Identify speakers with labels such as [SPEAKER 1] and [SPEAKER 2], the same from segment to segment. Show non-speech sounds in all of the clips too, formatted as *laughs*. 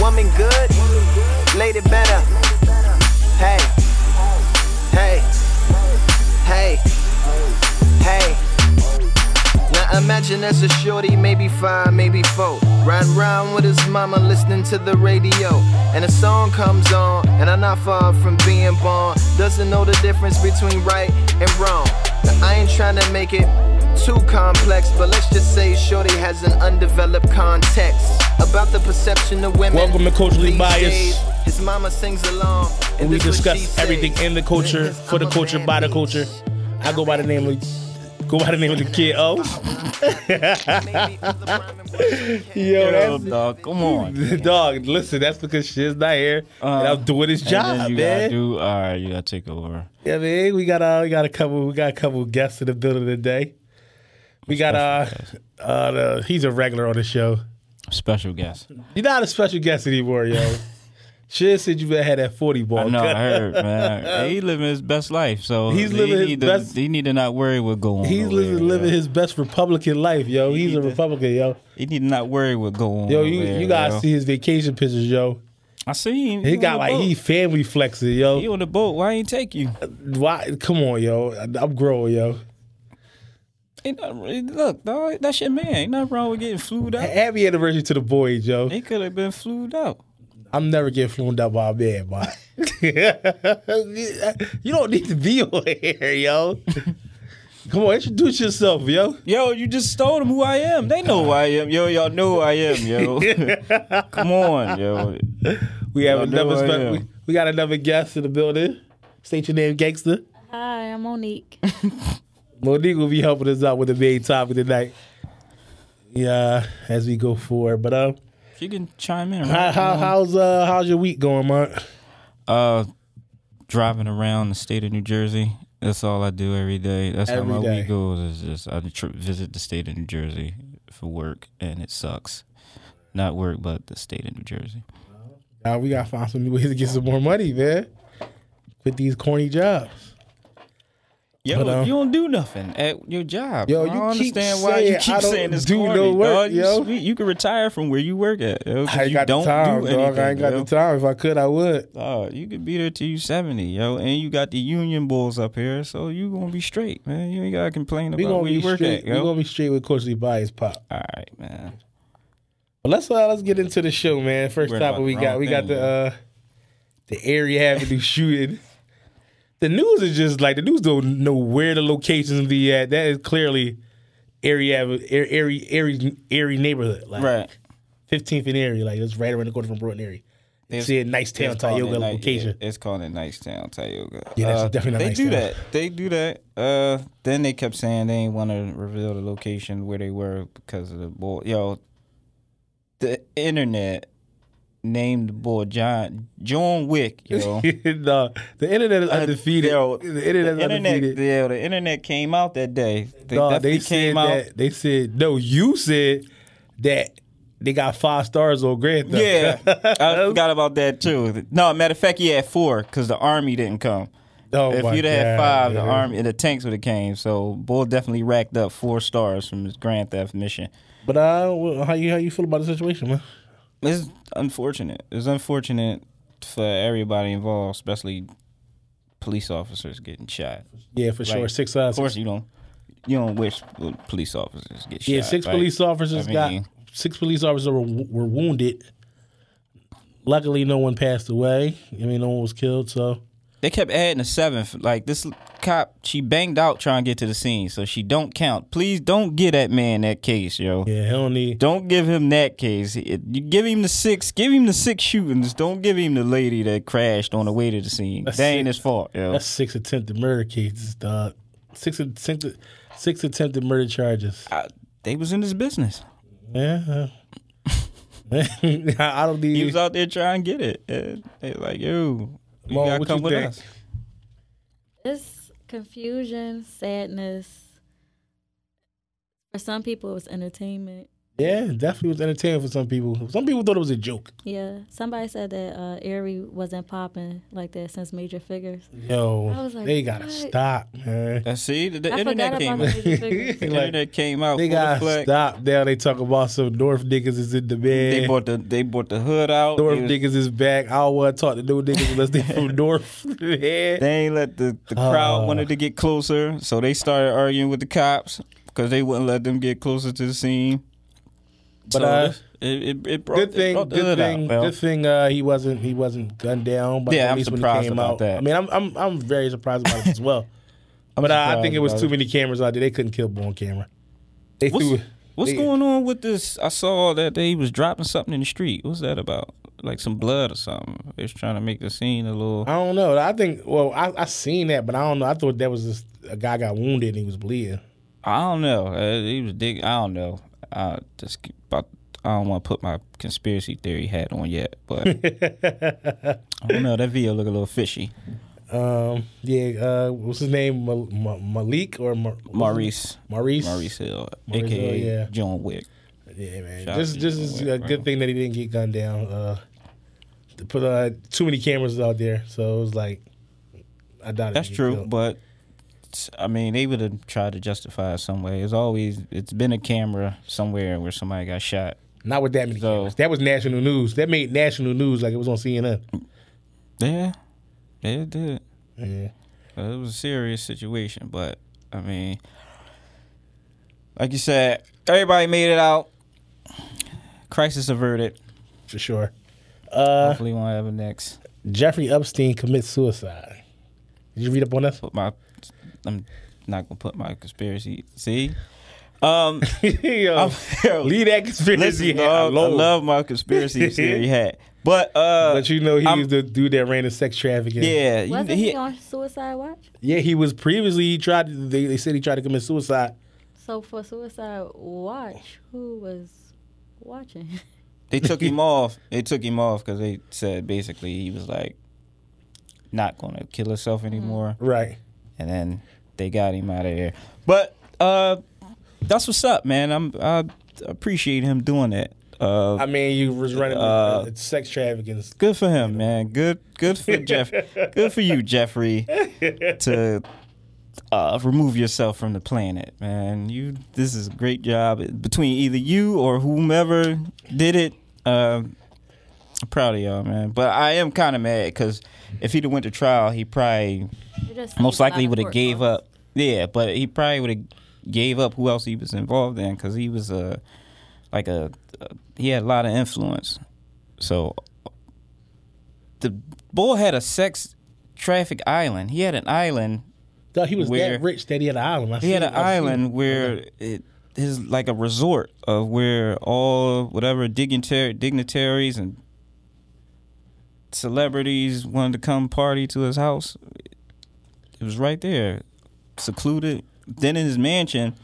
[SPEAKER 1] woman good, lady better. Hey, hey, hey, hey. Now imagine that's a shorty, maybe five, maybe four. Riding round with his mama, listening to the radio. And a song comes on, and I'm not far from being born. Doesn't know the difference between right and wrong. Now, I ain't trying to make it too complex, but let's just say Shorty has an undeveloped context about the perception of women.
[SPEAKER 2] Welcome to Culturally
[SPEAKER 1] these
[SPEAKER 2] Biased.
[SPEAKER 1] days. His mama sings along.
[SPEAKER 2] where
[SPEAKER 1] And
[SPEAKER 2] we
[SPEAKER 1] this what she
[SPEAKER 2] discuss
[SPEAKER 1] says.
[SPEAKER 2] everything in the culture, for the
[SPEAKER 1] I'm a
[SPEAKER 2] culture,
[SPEAKER 1] bad
[SPEAKER 2] by the
[SPEAKER 1] bitch.
[SPEAKER 2] culture. *laughs* I go by the name of go by the name of the kid. Oh,
[SPEAKER 1] Maybe other rhyming words
[SPEAKER 2] *laughs*
[SPEAKER 1] can't
[SPEAKER 2] yo, that's
[SPEAKER 3] dog.
[SPEAKER 2] *laughs*
[SPEAKER 3] Come on.
[SPEAKER 2] dog. Listen, that's because shit's not here,
[SPEAKER 3] Uh,
[SPEAKER 2] and I'm doing his
[SPEAKER 3] and
[SPEAKER 2] job,
[SPEAKER 3] then you
[SPEAKER 2] man.
[SPEAKER 3] gotta do. All right, you gotta take over.
[SPEAKER 2] Yeah, I mean, we got uh, we got a couple, we got a couple guests in the building today. We got uh, uh, the, he's a regular on the show.
[SPEAKER 3] Special guest.
[SPEAKER 2] You're not a special guest anymore, *laughs* yo. Shit said you had that forty ball.
[SPEAKER 3] I know.
[SPEAKER 2] *laughs*
[SPEAKER 3] I heard, man. He living his best life, so
[SPEAKER 2] He's
[SPEAKER 3] he
[SPEAKER 2] living his
[SPEAKER 3] need to,
[SPEAKER 2] best-
[SPEAKER 3] He need to not worry what go on.
[SPEAKER 2] He's
[SPEAKER 3] over
[SPEAKER 2] living,
[SPEAKER 3] there,
[SPEAKER 2] living
[SPEAKER 3] yo.
[SPEAKER 2] his best Republican life, yo. He's a
[SPEAKER 3] did.
[SPEAKER 2] Republican, yo.
[SPEAKER 3] He need to not worry what go on.
[SPEAKER 2] Yo, you,
[SPEAKER 3] over there,
[SPEAKER 2] you gotta
[SPEAKER 3] Oh, yo.
[SPEAKER 2] see his vacation pictures, yo.
[SPEAKER 3] I seen.
[SPEAKER 2] He
[SPEAKER 3] on
[SPEAKER 2] got
[SPEAKER 3] the
[SPEAKER 2] like he
[SPEAKER 3] boat.
[SPEAKER 2] family flexing,
[SPEAKER 3] He
[SPEAKER 2] yo.
[SPEAKER 3] on the boat. Why ain't take you?
[SPEAKER 2] Why? Come on, yo. I'm growing, yo.
[SPEAKER 3] Ain't nothing- ain't- look, dog, that's your man. Ain't nothing wrong with getting flued out.
[SPEAKER 2] Happy anniversary to the boys, yo.
[SPEAKER 3] He could have been flued out.
[SPEAKER 2] I'm never getting flown out by a man, but *laughs* you don't need to be on here, yo. *laughs* Come on, introduce yourself, yo.
[SPEAKER 3] Yo, you just told them who I am. They know who I am. Yo, y'all know who I
[SPEAKER 2] *laughs*
[SPEAKER 3] am, yo. *laughs* Come on, yo.
[SPEAKER 2] We have
[SPEAKER 3] I know
[SPEAKER 2] another
[SPEAKER 3] I
[SPEAKER 2] spe-
[SPEAKER 3] am.
[SPEAKER 2] we, we got another guest in the building. State your name, gangster.
[SPEAKER 4] Hi,
[SPEAKER 3] *laughs*
[SPEAKER 4] I'm Monique.
[SPEAKER 2] Monique will be helping us out with the main topic tonight. Yeah, as we go forward. But um,
[SPEAKER 3] You can chime in.
[SPEAKER 2] how,
[SPEAKER 3] Right?
[SPEAKER 2] how, how's uh how's your week going, Mark?
[SPEAKER 3] Uh, driving around the state of New Jersey. That's all I do every day. That's
[SPEAKER 2] Every
[SPEAKER 3] how my
[SPEAKER 2] day.
[SPEAKER 3] week goes. Is just I tr- visit the state of New Jersey for work, and it sucks. Not work, but the state of New Jersey.
[SPEAKER 2] Now we gotta find some new ways to get some more money, man. With these corny jobs.
[SPEAKER 3] Yo,
[SPEAKER 2] But, um,
[SPEAKER 3] you don't do nothing at your job.
[SPEAKER 2] Yo,
[SPEAKER 3] I
[SPEAKER 2] you
[SPEAKER 3] don't
[SPEAKER 2] keep
[SPEAKER 3] understand why you
[SPEAKER 2] saying,
[SPEAKER 3] keep
[SPEAKER 2] "I don't
[SPEAKER 3] saying this
[SPEAKER 2] do
[SPEAKER 3] corny,
[SPEAKER 2] no work,
[SPEAKER 3] dog. You
[SPEAKER 2] yo.
[SPEAKER 3] sweet. You can retire from where you work at. yo, 'cause
[SPEAKER 2] I ain't
[SPEAKER 3] you
[SPEAKER 2] got
[SPEAKER 3] don't
[SPEAKER 2] the time,
[SPEAKER 3] do
[SPEAKER 2] dog.
[SPEAKER 3] anything,
[SPEAKER 2] I ain't got
[SPEAKER 3] yo.
[SPEAKER 2] the time. If I could, I would.
[SPEAKER 3] Dog, you could be there till you seventy, yo, and you got the union bulls up here, so you gonna be straight, man. You ain't gotta complain
[SPEAKER 2] We
[SPEAKER 3] about
[SPEAKER 2] gonna
[SPEAKER 3] where you
[SPEAKER 2] be
[SPEAKER 3] work
[SPEAKER 2] straight.
[SPEAKER 3] at,
[SPEAKER 2] We
[SPEAKER 3] yo.
[SPEAKER 2] gonna be straight with culturally biased pop.
[SPEAKER 3] All right, man.
[SPEAKER 2] But let's uh, let's get into the show, man. First
[SPEAKER 3] Worried
[SPEAKER 2] topic
[SPEAKER 3] about
[SPEAKER 2] we
[SPEAKER 3] the
[SPEAKER 2] got
[SPEAKER 3] wrong
[SPEAKER 2] we got
[SPEAKER 3] thing,
[SPEAKER 2] the uh, the area avenue shooting. The news is just like the news don't know where the locations be at. That is clearly area Ave- Air- airy airy airy neighborhood, like
[SPEAKER 3] Right.
[SPEAKER 2] 15th and Erie, like it's right around the corner from Broughton Erie.
[SPEAKER 3] It's-
[SPEAKER 2] See a nice town,
[SPEAKER 3] It's called
[SPEAKER 2] Tioga
[SPEAKER 3] it Ni-
[SPEAKER 2] location.
[SPEAKER 3] it- it's called it Nice Town, Tioga.
[SPEAKER 2] Yeah, that's
[SPEAKER 3] Uh,
[SPEAKER 2] definitely not
[SPEAKER 3] They
[SPEAKER 2] Nice
[SPEAKER 3] do
[SPEAKER 2] Town.
[SPEAKER 3] that. They do that. Uh, then they kept saying they ain't want to reveal the location where they were because of the bull. Yo, the internet named the boy John John Wick.
[SPEAKER 2] *laughs* no,
[SPEAKER 3] Yo.
[SPEAKER 2] the internet is undefeted.
[SPEAKER 3] Uh, yo,
[SPEAKER 2] the internet is
[SPEAKER 3] the internet,
[SPEAKER 2] undefeated.
[SPEAKER 3] yeah, the internet came out that day. They
[SPEAKER 2] No,
[SPEAKER 3] definitely
[SPEAKER 2] they
[SPEAKER 3] came
[SPEAKER 2] said
[SPEAKER 3] out.
[SPEAKER 2] that they said no. You said that they got five stars on Grand Theft.
[SPEAKER 3] Yeah,
[SPEAKER 2] *laughs*
[SPEAKER 3] I forgot about that too. No, matter of fact, he had four because the army didn't come.
[SPEAKER 2] Oh
[SPEAKER 3] if
[SPEAKER 2] my
[SPEAKER 3] you'd have had
[SPEAKER 2] God,
[SPEAKER 3] five, the
[SPEAKER 2] man.
[SPEAKER 3] army, the tanks would have came. So Bull definitely racked up four stars from his Grand Theft mission.
[SPEAKER 2] But uh, well, how you how you feel about the situation, man?
[SPEAKER 3] It's unfortunate. It's unfortunate for everybody involved, especially police officers getting shot.
[SPEAKER 2] Yeah, for sure.
[SPEAKER 3] Like,
[SPEAKER 2] Six uh,
[SPEAKER 3] Of course, you don't you don't wish police officers get shot.
[SPEAKER 2] yeah, six
[SPEAKER 3] right?
[SPEAKER 2] police officers
[SPEAKER 3] I mean-
[SPEAKER 2] got six police officers were were wounded. Luckily, no one passed away. I mean, no one was killed. So
[SPEAKER 3] They kept adding a seventh. Like this cop, she banged out trying to get to the scene, so she don't count. Please don't give that man that case, yo.
[SPEAKER 2] yeah, he don't need.
[SPEAKER 3] Don't give him that case. It- You give him the six. Give him the six shootings. Don't give him the lady that crashed on the way to the scene.
[SPEAKER 2] That's
[SPEAKER 3] that ain't
[SPEAKER 2] it.
[SPEAKER 3] his fault, yo.
[SPEAKER 2] That's six attempted murder cases, dog. Six attempted six attempted murder charges.
[SPEAKER 3] I- they was in this business.
[SPEAKER 2] Yeah. *laughs* I I don't need.
[SPEAKER 3] He was out there trying to get it. And they like, yo, you
[SPEAKER 2] Mo,
[SPEAKER 3] gotta
[SPEAKER 2] what
[SPEAKER 3] come
[SPEAKER 2] you
[SPEAKER 3] with
[SPEAKER 2] think?
[SPEAKER 3] us.
[SPEAKER 4] It's confusion, sadness. For some people, it was entertainment.
[SPEAKER 2] Yeah, definitely was entertaining for some people. Some people thought it was a joke.
[SPEAKER 4] Yeah. Somebody said that uh, Airy wasn't popping like that since Major Figures. I
[SPEAKER 2] Yo,
[SPEAKER 4] was like,
[SPEAKER 2] they gotta
[SPEAKER 4] what?
[SPEAKER 2] stop, man.
[SPEAKER 3] Uh, see, the, the
[SPEAKER 4] I
[SPEAKER 3] internet
[SPEAKER 4] forgot
[SPEAKER 3] came
[SPEAKER 4] about
[SPEAKER 3] out. *laughs*
[SPEAKER 4] Major
[SPEAKER 2] *laughs*
[SPEAKER 4] Figures.
[SPEAKER 3] The internet came out.
[SPEAKER 2] They
[SPEAKER 3] full
[SPEAKER 2] gotta
[SPEAKER 3] flag.
[SPEAKER 2] stop. Now they talk about some North niggas is in the bed.
[SPEAKER 3] They bought the they bought the hood out.
[SPEAKER 2] North
[SPEAKER 3] They was-
[SPEAKER 2] niggas is back. I don't want to talk to no niggas unless they
[SPEAKER 3] *laughs*
[SPEAKER 2] from North. *laughs* yeah.
[SPEAKER 3] They ain't let the, the
[SPEAKER 2] Uh.
[SPEAKER 3] crowd wanted to get closer, so they started arguing with the cops because they wouldn't let them get closer to the scene.
[SPEAKER 2] But,
[SPEAKER 3] so
[SPEAKER 2] uh,
[SPEAKER 3] it, it, it brought,
[SPEAKER 2] Good
[SPEAKER 3] it
[SPEAKER 2] thing,
[SPEAKER 3] brought the
[SPEAKER 2] good
[SPEAKER 3] hood out,
[SPEAKER 2] thing,
[SPEAKER 3] well.
[SPEAKER 2] good thing. Uh, he wasn't, he wasn't gunned down. But
[SPEAKER 3] Yeah,
[SPEAKER 2] at
[SPEAKER 3] I'm
[SPEAKER 2] least when he
[SPEAKER 3] surprised
[SPEAKER 2] came
[SPEAKER 3] about
[SPEAKER 2] out,
[SPEAKER 3] that.
[SPEAKER 2] I mean, I'm, I'm, I'm very surprised about it as
[SPEAKER 3] *laughs*
[SPEAKER 2] well. but uh, I think it was
[SPEAKER 3] surprised
[SPEAKER 2] too
[SPEAKER 3] about
[SPEAKER 2] many cameras out there. They couldn't kill Bo on camera. *laughs* They
[SPEAKER 3] What's,
[SPEAKER 2] threw.
[SPEAKER 3] what's
[SPEAKER 2] they-
[SPEAKER 3] going on with this? I saw that they was dropping something in the street. What's that about? Like some blood or something. They was trying to make the scene a little.
[SPEAKER 2] I don't know. I think. Well, I, I seen that, but I don't know. I thought that was just a guy got wounded and he was bleeding.
[SPEAKER 3] I don't know. Uh, he was digging. I don't know. I just keep- about. I don't want to put my conspiracy theory hat on yet,
[SPEAKER 2] *laughs*
[SPEAKER 3] but I don't know. That video look a little fishy.
[SPEAKER 2] Um, yeah. Uh, what's his name? Mal- Ma- Malik or Ma-
[SPEAKER 3] Maurice.
[SPEAKER 2] Maurice.
[SPEAKER 3] Maurice Hill,
[SPEAKER 2] Maurice
[SPEAKER 3] aka
[SPEAKER 2] Hill, yeah.
[SPEAKER 3] John Wick.
[SPEAKER 2] Yeah, man.
[SPEAKER 3] Shout
[SPEAKER 2] This
[SPEAKER 3] out to
[SPEAKER 2] this
[SPEAKER 3] you,
[SPEAKER 2] is
[SPEAKER 3] Lil
[SPEAKER 2] a
[SPEAKER 3] Wayne.
[SPEAKER 2] good thing that he didn't get gunned down. Uh, to put uh, too many cameras out there, so it was like, I doubt it.
[SPEAKER 3] That's
[SPEAKER 2] he
[SPEAKER 3] true,
[SPEAKER 2] killed.
[SPEAKER 3] but it's- I mean, they would have tried to justify it some way. It's always it's been a camera somewhere where somebody got shot.
[SPEAKER 2] Not with that many
[SPEAKER 3] So-
[SPEAKER 2] cameras. That was national news. That made national news like it was on CNN.
[SPEAKER 3] Yeah, they did.
[SPEAKER 2] Yeah.
[SPEAKER 3] Uh, It was a serious situation, but I mean, like you said, everybody made it out. Crisis averted.
[SPEAKER 2] for sure. Uh,
[SPEAKER 3] Hopefully, won't have a next.
[SPEAKER 2] Jeffrey Epstein commits suicide. Did you read up on that? *laughs*
[SPEAKER 3] Put my, I'm not gonna put my conspiracy. See, um,
[SPEAKER 2] Yo,
[SPEAKER 3] I'm-
[SPEAKER 2] *laughs* leave that conspiracy
[SPEAKER 3] Listen,
[SPEAKER 2] hat
[SPEAKER 3] dog, I
[SPEAKER 2] alone.
[SPEAKER 3] love my
[SPEAKER 2] *laughs*
[SPEAKER 3] conspiracy theory hat, but uh,
[SPEAKER 2] but you know he
[SPEAKER 3] I'm-
[SPEAKER 2] was the dude that ran the sex trafficking.
[SPEAKER 3] yeah, you-
[SPEAKER 4] Wasn't
[SPEAKER 3] he-
[SPEAKER 4] he on Suicide Watch?
[SPEAKER 2] yeah. He was previously he tried. to- They, they said he tried to commit suicide.
[SPEAKER 4] So for Suicide Watch, who was watching? *laughs*
[SPEAKER 3] they took
[SPEAKER 2] *laughs*
[SPEAKER 3] him off. They took him off because they said basically he was like not going to kill himself
[SPEAKER 4] Mm-hmm.
[SPEAKER 3] anymore,
[SPEAKER 2] Right.
[SPEAKER 3] and then they got him out of there. But uh, that's what's up, man. I'm I appreciate him doing that. Uh,
[SPEAKER 2] I mean, you was running with,
[SPEAKER 3] Uh,
[SPEAKER 2] uh, sex trafficking.
[SPEAKER 3] good for him, man. Good, good for Jeff. Good for you, Jeffrey, to uh, remove yourself from the planet, man. You, this is a great job between either you or whomever did it. Uh, I'm proud of y'all, man. But I am kind of mad because if he'd have went to trial, he probably
[SPEAKER 4] It just
[SPEAKER 3] most
[SPEAKER 4] seems out
[SPEAKER 3] likely
[SPEAKER 4] of
[SPEAKER 3] would have
[SPEAKER 4] court
[SPEAKER 3] gave up.
[SPEAKER 4] costs.
[SPEAKER 3] Yeah, but he probably would have gave up who else he was involved in because he was a like a, a- he had a lot of influence. So the boy had a sex traffic island. He had an island.
[SPEAKER 2] No, he was
[SPEAKER 3] where-
[SPEAKER 2] that rich that he had an island. I
[SPEAKER 3] He had
[SPEAKER 2] seen-
[SPEAKER 3] an
[SPEAKER 2] I seen-
[SPEAKER 3] island where it his like a resort of where all whatever dignitary dignitaries and celebrities wanted to come party to his house. It was right there, secluded. Then in his mansion,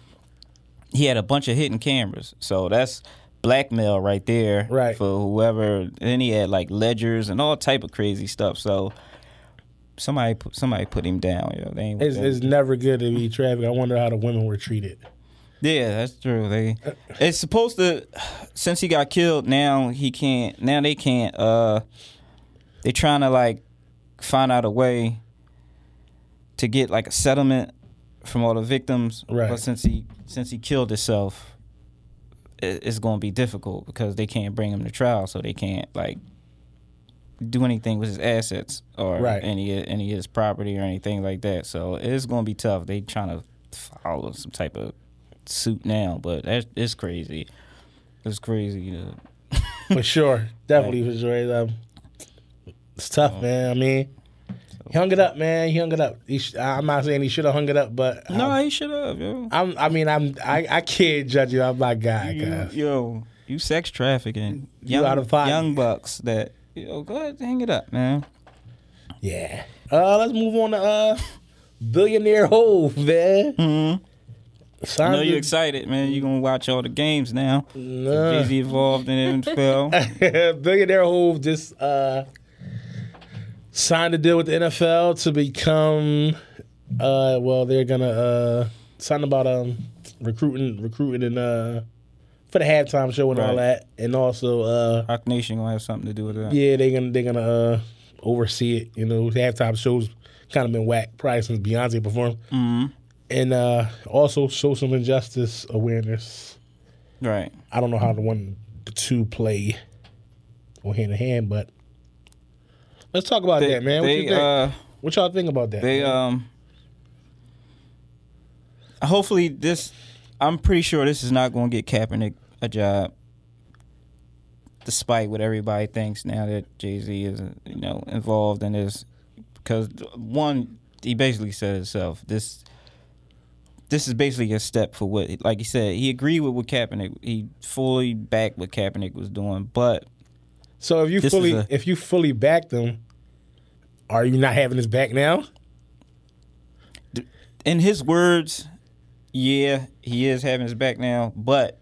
[SPEAKER 3] he had a bunch of hidden cameras. So that's blackmail right there
[SPEAKER 2] Right.
[SPEAKER 3] for whoever. Then he had like ledgers and all type of crazy stuff. So somebody put somebody put him down. Yo, they ain't
[SPEAKER 2] It's,
[SPEAKER 3] they-
[SPEAKER 2] it's never good to be trafficked. I wonder how the women were treated.
[SPEAKER 3] yeah, that's true. They it's supposed to since he got killed, now he can't now they can't uh they trying to like find out a way to get like a settlement from all the victims.
[SPEAKER 2] Right.
[SPEAKER 3] But since he since he killed himself it, it's going to be difficult because they can't bring him to trial, so they can't like do anything with his assets or
[SPEAKER 2] Right.
[SPEAKER 3] any any of his property or anything like that. So it's going to be tough. They trying to follow some type of suit now, but that's it's crazy. It's crazy. uh, To,
[SPEAKER 2] *laughs* For sure. Definitely for sure. Um, it's
[SPEAKER 3] Oh.
[SPEAKER 2] tough, man. I mean, he hung it up, man. He hung it up. He sh- I'm not saying he should have hung it up, but um,
[SPEAKER 3] no, he should have. Yo,
[SPEAKER 2] I'm, I mean, I'm, I, I can't judge you. I'm my guy,
[SPEAKER 3] you,
[SPEAKER 2] guys.
[SPEAKER 3] yo, you sex trafficking
[SPEAKER 2] You
[SPEAKER 3] young,
[SPEAKER 2] out of pocket.
[SPEAKER 3] young bucks that. Yo, go ahead, hang it up, man.
[SPEAKER 2] Yeah. Uh, let's move on to uh, billionaire hove, man.
[SPEAKER 3] I
[SPEAKER 2] Sandra-
[SPEAKER 3] know you're excited, man. You're gonna watch all the games now.
[SPEAKER 2] Nah.
[SPEAKER 3] Jay Z involved in the NFL.
[SPEAKER 2] *laughs* billionaire Hove just uh, signed a deal with the NFL to become. Uh, well, they're gonna uh, sign about um, recruiting, recruiting, and uh, for the halftime show and all
[SPEAKER 3] Right.
[SPEAKER 2] that, and also uh,
[SPEAKER 3] Rock Nation gonna have something to do with that.
[SPEAKER 2] yeah, they gonna they gonna uh, oversee it. You know, the halftime shows kind of been whack probably since Beyonce performed, and uh, also social injustice awareness.
[SPEAKER 3] Right.
[SPEAKER 2] I don't know how the one the two play or hand in hand, but let's talk about that, man. What
[SPEAKER 3] they
[SPEAKER 2] you think?
[SPEAKER 3] uh
[SPEAKER 2] what y'all think about that?
[SPEAKER 3] they um hopefully this I'm pretty sure this is not gonna get Kaepernick a job. Despite what everybody thinks now that Jay Z is you know involved in this because one he basically said himself this this is basically a step for what, like he said, he agreed with what Kaepernick. He fully backed what Kaepernick was doing, but
[SPEAKER 2] so if you
[SPEAKER 3] this
[SPEAKER 2] fully
[SPEAKER 3] is a-
[SPEAKER 2] if you fully back them, are you not having his back now?
[SPEAKER 3] in his words, yeah, he is having his back now, but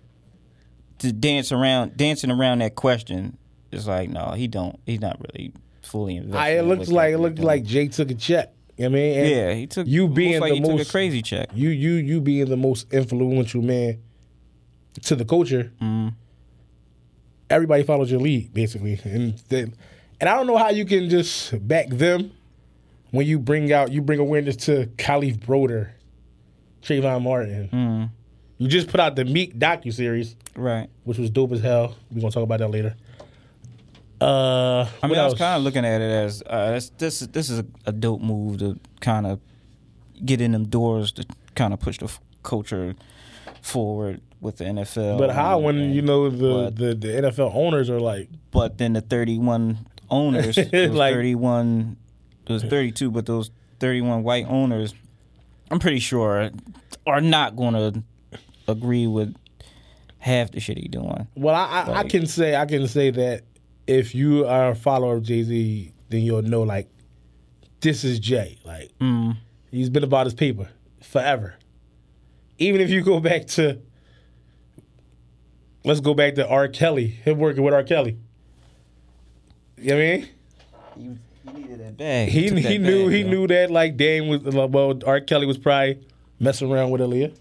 [SPEAKER 3] to dance around, dancing around that question is like, no, he don't. He's not really fully invested.
[SPEAKER 2] I, it
[SPEAKER 3] in
[SPEAKER 2] looks
[SPEAKER 3] what
[SPEAKER 2] like it
[SPEAKER 3] Kaepernick
[SPEAKER 2] looked
[SPEAKER 3] doing.
[SPEAKER 2] like Jay took a check. You know what I mean, And
[SPEAKER 3] yeah, he took
[SPEAKER 2] you
[SPEAKER 3] looks
[SPEAKER 2] being
[SPEAKER 3] like
[SPEAKER 2] the
[SPEAKER 3] he took
[SPEAKER 2] most
[SPEAKER 3] a crazy check.
[SPEAKER 2] you you you being the most influential man to the culture.
[SPEAKER 3] Mm-hmm.
[SPEAKER 2] Everybody follows your lead basically, and then, and I don't know how you can just back them when you bring out you bring awareness to Khalif Broder, Trayvon Martin.
[SPEAKER 3] Mm-hmm.
[SPEAKER 2] You just put out the Meek docu series,
[SPEAKER 3] Right.
[SPEAKER 2] which was dope as hell. We're gonna talk about that later. Uh,
[SPEAKER 3] I mean,
[SPEAKER 2] what
[SPEAKER 3] I was
[SPEAKER 2] else?
[SPEAKER 3] kind of looking at it as uh, this, this. This is a, a dope move to kind of get in them doors to kind of push the f- culture forward with the NFL.
[SPEAKER 2] But how
[SPEAKER 3] and-
[SPEAKER 2] when
[SPEAKER 3] and-
[SPEAKER 2] you know the,
[SPEAKER 3] What?
[SPEAKER 2] the, the NFL owners are like,
[SPEAKER 3] but then the 31
[SPEAKER 2] *laughs*
[SPEAKER 3] owners, those
[SPEAKER 2] Like-
[SPEAKER 3] 31, those 32, but those 31 white owners, I'm pretty sure are not going to agree with half the shit he doing.
[SPEAKER 2] Well, I, I, I
[SPEAKER 3] Like-
[SPEAKER 2] can say I can say that if you are a follower of Jay Z, then you'll know like this is Jay. Like he's been about his paper forever. Even if you go back to let's go back to R. Kelly, him working with R. Kelly. You know what I mean?
[SPEAKER 3] He, he needed that bag.
[SPEAKER 2] He
[SPEAKER 3] took
[SPEAKER 2] he
[SPEAKER 3] that
[SPEAKER 2] knew
[SPEAKER 3] bag,
[SPEAKER 2] he
[SPEAKER 3] yo.
[SPEAKER 2] knew that like Dame was well R. Kelly was probably messing around with Aaliyah.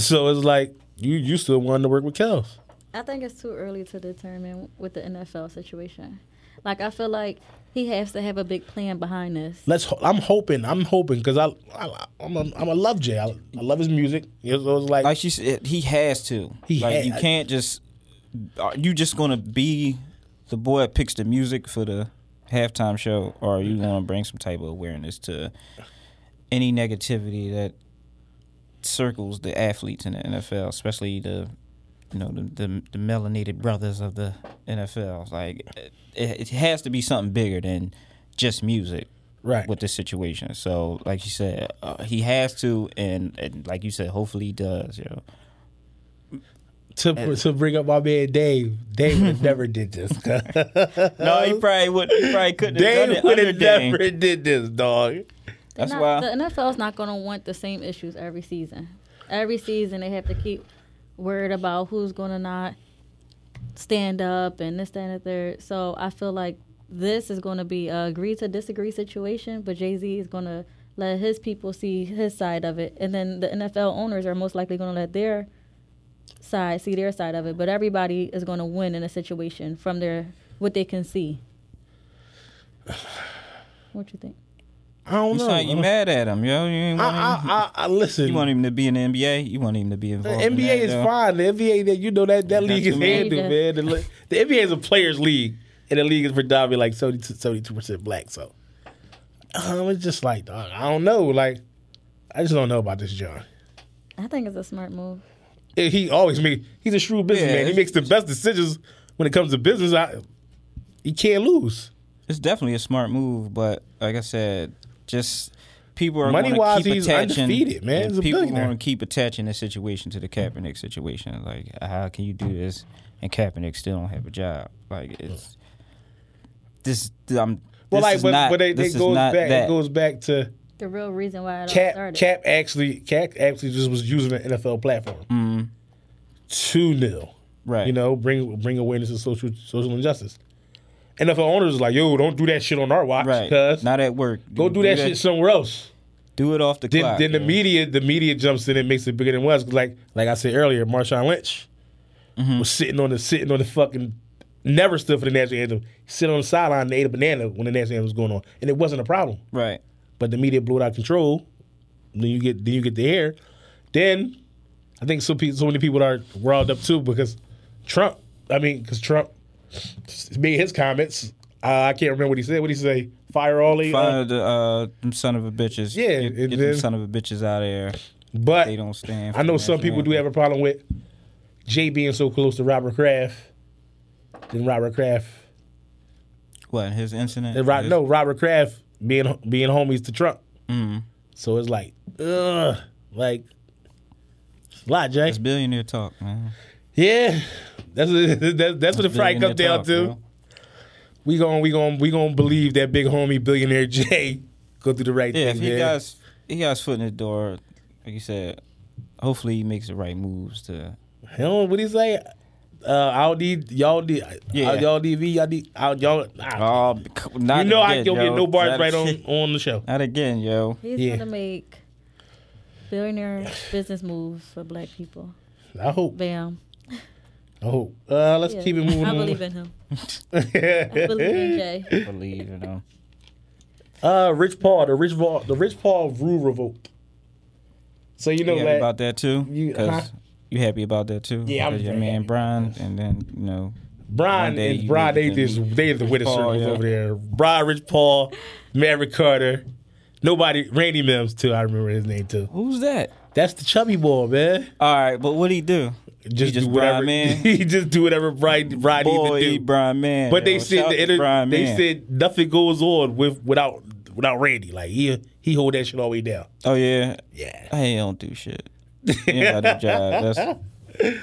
[SPEAKER 2] So it's like you you still wanted to work with Kels.
[SPEAKER 4] I think it's too early to determine with the NFL situation. Like I feel like he has to have a big plan behind this.
[SPEAKER 2] let's. ho- I'm hoping. I'm hoping because I, I I'm a, I'm a love Jay. I, I love his music. It was like,
[SPEAKER 3] Like she said, he has to.
[SPEAKER 2] He
[SPEAKER 3] like
[SPEAKER 2] had-
[SPEAKER 3] you can't just. Are you just gonna be the boy that picks the music for the halftime show, or are you gonna bring some type of awareness to any negativity that circles the athletes in the NFL, especially the you know the the, the melanated brothers of the NFL? Like it, it has to be something bigger than just music
[SPEAKER 2] right.
[SPEAKER 3] with this situation. So, like you said, uh, he has to, and, and like you said, hopefully he does. Yo,
[SPEAKER 2] To to bring up my man Dave. Dave
[SPEAKER 3] *laughs*
[SPEAKER 2] would never did this.
[SPEAKER 3] no, he probably would, he probably couldn't have done
[SPEAKER 2] Dave
[SPEAKER 3] it
[SPEAKER 2] would
[SPEAKER 3] under
[SPEAKER 2] have
[SPEAKER 3] Dame.
[SPEAKER 2] Uh, never did this, dog.
[SPEAKER 3] That's
[SPEAKER 4] Not-
[SPEAKER 3] why.
[SPEAKER 4] the NFL's not going to want the same issues every season. Every season they have to keep worried about who's going to not stand up and this, that, and the third. So I feel like this is going to be a agree to disagree situation, but Jay Z is going to let his people see his side of it, and then the NFL owners are most likely going to let their side see their side of it. But everybody is going to win in a situation from their what they can see. *sighs* What you think?
[SPEAKER 2] I don't
[SPEAKER 3] you
[SPEAKER 2] know.
[SPEAKER 3] sound you mad at him, yo. You, ain't
[SPEAKER 2] I,
[SPEAKER 3] want him,
[SPEAKER 2] I, I, I listen.
[SPEAKER 3] you want him to be in the NBA. You want him to be
[SPEAKER 2] the
[SPEAKER 3] involved. in
[SPEAKER 2] NBA
[SPEAKER 3] that,
[SPEAKER 2] is
[SPEAKER 3] yo.
[SPEAKER 2] fine. The NBA that you know that that
[SPEAKER 3] Not
[SPEAKER 2] league is
[SPEAKER 3] too many.
[SPEAKER 2] handled,
[SPEAKER 4] Yeah.
[SPEAKER 2] man. The, li- the NBA is a players' league, and the league is predominantly like 72 percent black. So um, it's just like, dog, I don't know. Like, I just don't know about this, John.
[SPEAKER 4] I think it's a smart move.
[SPEAKER 2] Yeah, he always make he's a shrewd businessman. he
[SPEAKER 3] it's-
[SPEAKER 2] makes the best decisions when it comes to business. I, he can't lose.
[SPEAKER 3] It's definitely a smart move, but like I said, just people are
[SPEAKER 2] Money
[SPEAKER 3] gonna
[SPEAKER 2] wise,
[SPEAKER 3] keep
[SPEAKER 2] he's
[SPEAKER 3] attaching,
[SPEAKER 2] undefeated, man.
[SPEAKER 3] and
[SPEAKER 2] He's a
[SPEAKER 3] people
[SPEAKER 2] billionaire.
[SPEAKER 3] to keep attaching the situation to the Kaepernick situation. Like, how can you do this and Kaepernick still don't have a job? Like, it's this. I'm.
[SPEAKER 2] Well,
[SPEAKER 3] this
[SPEAKER 2] like,
[SPEAKER 3] is
[SPEAKER 2] but,
[SPEAKER 3] not,
[SPEAKER 2] but it,
[SPEAKER 3] this
[SPEAKER 2] it
[SPEAKER 3] is
[SPEAKER 2] goes
[SPEAKER 3] not
[SPEAKER 2] back. It
[SPEAKER 3] that.
[SPEAKER 2] goes back to
[SPEAKER 4] the real reason why it all
[SPEAKER 2] Cap.
[SPEAKER 4] started.
[SPEAKER 2] Cap actually, Cap actually just was using the NFL platform
[SPEAKER 3] Mm-hmm.
[SPEAKER 2] to nil.
[SPEAKER 3] Right.
[SPEAKER 2] You know, bring bring awareness to social social injustice. NFL owners is like, yo, don't do that shit on our watch,
[SPEAKER 3] right.
[SPEAKER 2] cuz
[SPEAKER 3] Not at work.
[SPEAKER 2] go do that shit somewhere else.
[SPEAKER 3] Do it off the
[SPEAKER 2] Then,
[SPEAKER 3] clock.
[SPEAKER 2] then the
[SPEAKER 3] yo.
[SPEAKER 2] media, the media jumps in and makes it bigger than it was. 'Cause Like, like I said earlier, Marshawn Lynch was sitting on the sitting on the fucking never stood for the national anthem. Sit on the sideline and ate a banana when the national anthem was going on, and it wasn't a problem.
[SPEAKER 3] Right.
[SPEAKER 2] But the media blew it out of control. Then you get then you get the air. Then I think so people, so many people are riled up too because Trump. I mean, because Trump made his comments. Uh, I can't remember what he said. What did he say? Fire all they.
[SPEAKER 3] Fire
[SPEAKER 2] uh,
[SPEAKER 3] the uh, them son of a bitches.
[SPEAKER 2] Yeah,
[SPEAKER 3] Get,
[SPEAKER 2] and
[SPEAKER 3] get
[SPEAKER 2] then-
[SPEAKER 3] them son of a bitches out of there.
[SPEAKER 2] but
[SPEAKER 3] They don't stand. For
[SPEAKER 2] I know
[SPEAKER 3] the
[SPEAKER 2] some people
[SPEAKER 3] national
[SPEAKER 2] do have
[SPEAKER 3] anthem.
[SPEAKER 2] a problem with Jay being so close to Robert Kraft. Then Robert Kraft.
[SPEAKER 3] What his incident?
[SPEAKER 2] And Ro-
[SPEAKER 3] His-
[SPEAKER 2] no, Robert Kraft being being homies to Trump.
[SPEAKER 3] mm-hmm.
[SPEAKER 2] So it's like, ugh, like it's a lot, Jay.
[SPEAKER 3] It's billionaire talk, man.
[SPEAKER 2] Yeah, that's that, that's what *laughs* the fight
[SPEAKER 3] Billionaire
[SPEAKER 2] comes down
[SPEAKER 3] talk,
[SPEAKER 2] to.
[SPEAKER 3] bro.
[SPEAKER 2] We gon' we gon' we gon' believe that big homie billionaire *laughs* Jay go through the right
[SPEAKER 3] Yeah, if
[SPEAKER 2] thing.
[SPEAKER 3] he
[SPEAKER 2] man.
[SPEAKER 3] got his- he got his foot in the door, like you said, hopefully he makes the right moves to.
[SPEAKER 2] Hell, what he say? Uh, I'll need y'all need yeah.
[SPEAKER 3] Yeah.
[SPEAKER 2] y'all need me y'all need I'll, y'all. ah, I,
[SPEAKER 3] Oh, not
[SPEAKER 2] you know I
[SPEAKER 3] again,
[SPEAKER 2] don't get
[SPEAKER 3] yo.
[SPEAKER 2] no bars
[SPEAKER 3] Not-
[SPEAKER 2] right on on the show.
[SPEAKER 3] Not again, yo.
[SPEAKER 4] He's
[SPEAKER 2] Yeah.
[SPEAKER 4] gonna make
[SPEAKER 2] *laughs*
[SPEAKER 4] billionaire business moves for black people.
[SPEAKER 2] I hope.
[SPEAKER 4] Bam.
[SPEAKER 2] I hope. Uh, let's
[SPEAKER 4] Yeah.
[SPEAKER 2] keep it moving.
[SPEAKER 4] I
[SPEAKER 2] on. *laughs*
[SPEAKER 4] believe in him. I believe in Jay.
[SPEAKER 3] Believe you know.
[SPEAKER 2] Uh, Rich Paul, the Rich Paul, the Rich Paul rule revolt. So you know
[SPEAKER 3] You happy
[SPEAKER 2] that.
[SPEAKER 3] about that too?
[SPEAKER 2] You-
[SPEAKER 3] 'Cause
[SPEAKER 2] huh?
[SPEAKER 3] you happy about that too?
[SPEAKER 2] Yeah, I'm
[SPEAKER 3] Because your
[SPEAKER 2] very
[SPEAKER 3] man
[SPEAKER 2] happy
[SPEAKER 3] Brian, and then you know,
[SPEAKER 2] Brian
[SPEAKER 3] One day
[SPEAKER 2] and
[SPEAKER 3] you
[SPEAKER 2] Brian, they
[SPEAKER 3] need to
[SPEAKER 2] just they the winning
[SPEAKER 3] Paul,
[SPEAKER 2] circles
[SPEAKER 3] yeah.
[SPEAKER 2] over there. Brian, Rich Paul, Mary Carter, nobody, Randy Mims too. I remember his name too.
[SPEAKER 3] who's that?
[SPEAKER 2] That's the chubby boy, man.
[SPEAKER 3] All right, but what would he do?
[SPEAKER 2] Just,
[SPEAKER 3] just
[SPEAKER 2] do whatever. *laughs*
[SPEAKER 3] Brian Man?
[SPEAKER 2] he just do whatever Brian Brian
[SPEAKER 3] Boy,
[SPEAKER 2] even do.
[SPEAKER 3] he Brian man.
[SPEAKER 2] but they
[SPEAKER 3] yo.
[SPEAKER 2] said
[SPEAKER 3] Shout
[SPEAKER 2] the
[SPEAKER 3] to
[SPEAKER 2] inter-
[SPEAKER 3] Brian
[SPEAKER 2] they
[SPEAKER 3] Man.
[SPEAKER 2] said nothing goes on with without without Randy. Like he he hold that shit all the way down.
[SPEAKER 3] Oh yeah,
[SPEAKER 2] Yeah.
[SPEAKER 3] I don't do shit. You
[SPEAKER 2] *laughs*
[SPEAKER 3] ain't got no job. That's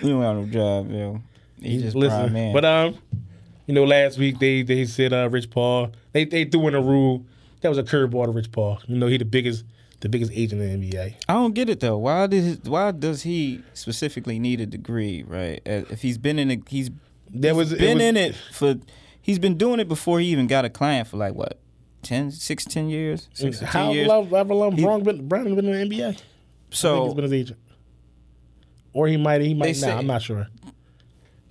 [SPEAKER 3] you don't have no job, yo. He just Brian man.
[SPEAKER 2] But um, you know, last week they they said uh, Rich Paul they they threw in a rule that was a curveball to Rich Paul. You know, he the biggest the biggest agent in the NBA.
[SPEAKER 3] I don't get it though. Why did his, why does he specifically need a degree, right? Uh, If he's been in a, he's
[SPEAKER 2] That was
[SPEAKER 3] been
[SPEAKER 2] was,
[SPEAKER 3] in it for he's been doing it before he even got a client for like what 10 6 10 years 6 to 10
[SPEAKER 2] How
[SPEAKER 3] years
[SPEAKER 2] long how long
[SPEAKER 3] He-
[SPEAKER 2] Brown been Brown been in the NBA? I think he's
[SPEAKER 3] so
[SPEAKER 2] been his agent, or he might he might
[SPEAKER 3] They
[SPEAKER 2] not.
[SPEAKER 3] say-
[SPEAKER 2] I'm not sure.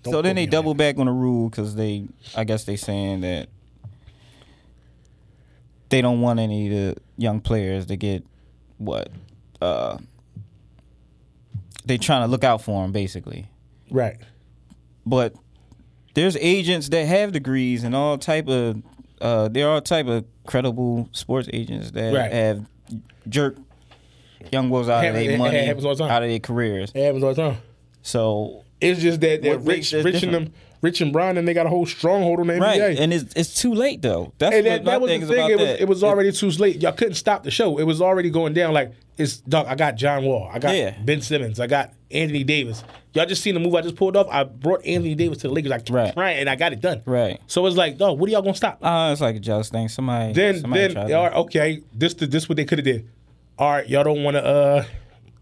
[SPEAKER 2] Don't
[SPEAKER 3] so
[SPEAKER 2] quote
[SPEAKER 3] then
[SPEAKER 2] me
[SPEAKER 3] they
[SPEAKER 2] on
[SPEAKER 3] double back on the rule cuz they I guess they saying that they don't want any of the young players to get what uh they trying to look out for him basically
[SPEAKER 2] that. right.
[SPEAKER 3] but there's agents that have degrees and all type of uh, there are all type of credible sports agents that
[SPEAKER 2] Right.
[SPEAKER 3] have jerk young wolves out of
[SPEAKER 2] Happens-
[SPEAKER 3] their
[SPEAKER 2] it
[SPEAKER 3] money,
[SPEAKER 2] happens all the time.
[SPEAKER 3] out of their careers.
[SPEAKER 2] It happens all the time.
[SPEAKER 3] So
[SPEAKER 2] It's just that, that
[SPEAKER 3] What
[SPEAKER 2] Rich
[SPEAKER 3] makes it
[SPEAKER 2] Rich and
[SPEAKER 3] different?
[SPEAKER 2] them Rich and Brian and they got a whole stronghold on the
[SPEAKER 3] right,
[SPEAKER 2] NBA.
[SPEAKER 3] and it's it's too late though. That's
[SPEAKER 2] And
[SPEAKER 3] what
[SPEAKER 2] that,
[SPEAKER 3] my
[SPEAKER 2] that was
[SPEAKER 3] thing
[SPEAKER 2] the
[SPEAKER 3] is about
[SPEAKER 2] thing. It was,
[SPEAKER 3] that.
[SPEAKER 2] it was already too late. Y'all couldn't stop the show. It was already going down. Like it's dog. I got John Wall. I got
[SPEAKER 3] Yeah.
[SPEAKER 2] Ben Simmons. I got Anthony Davis. Y'all just seen the move I just pulled off. I brought Anthony Davis to the Lakers. I kept
[SPEAKER 3] Right.
[SPEAKER 2] trying and I got it done.
[SPEAKER 3] Right.
[SPEAKER 2] So it's like, dog, what are y'all gonna stop?
[SPEAKER 3] Ah, it's like a jealous thing. Somebody
[SPEAKER 2] then
[SPEAKER 3] somebody
[SPEAKER 2] then
[SPEAKER 3] tried
[SPEAKER 2] all right,
[SPEAKER 3] to,
[SPEAKER 2] okay. This the, this what they could have did. All right, y'all don't want to. Uh,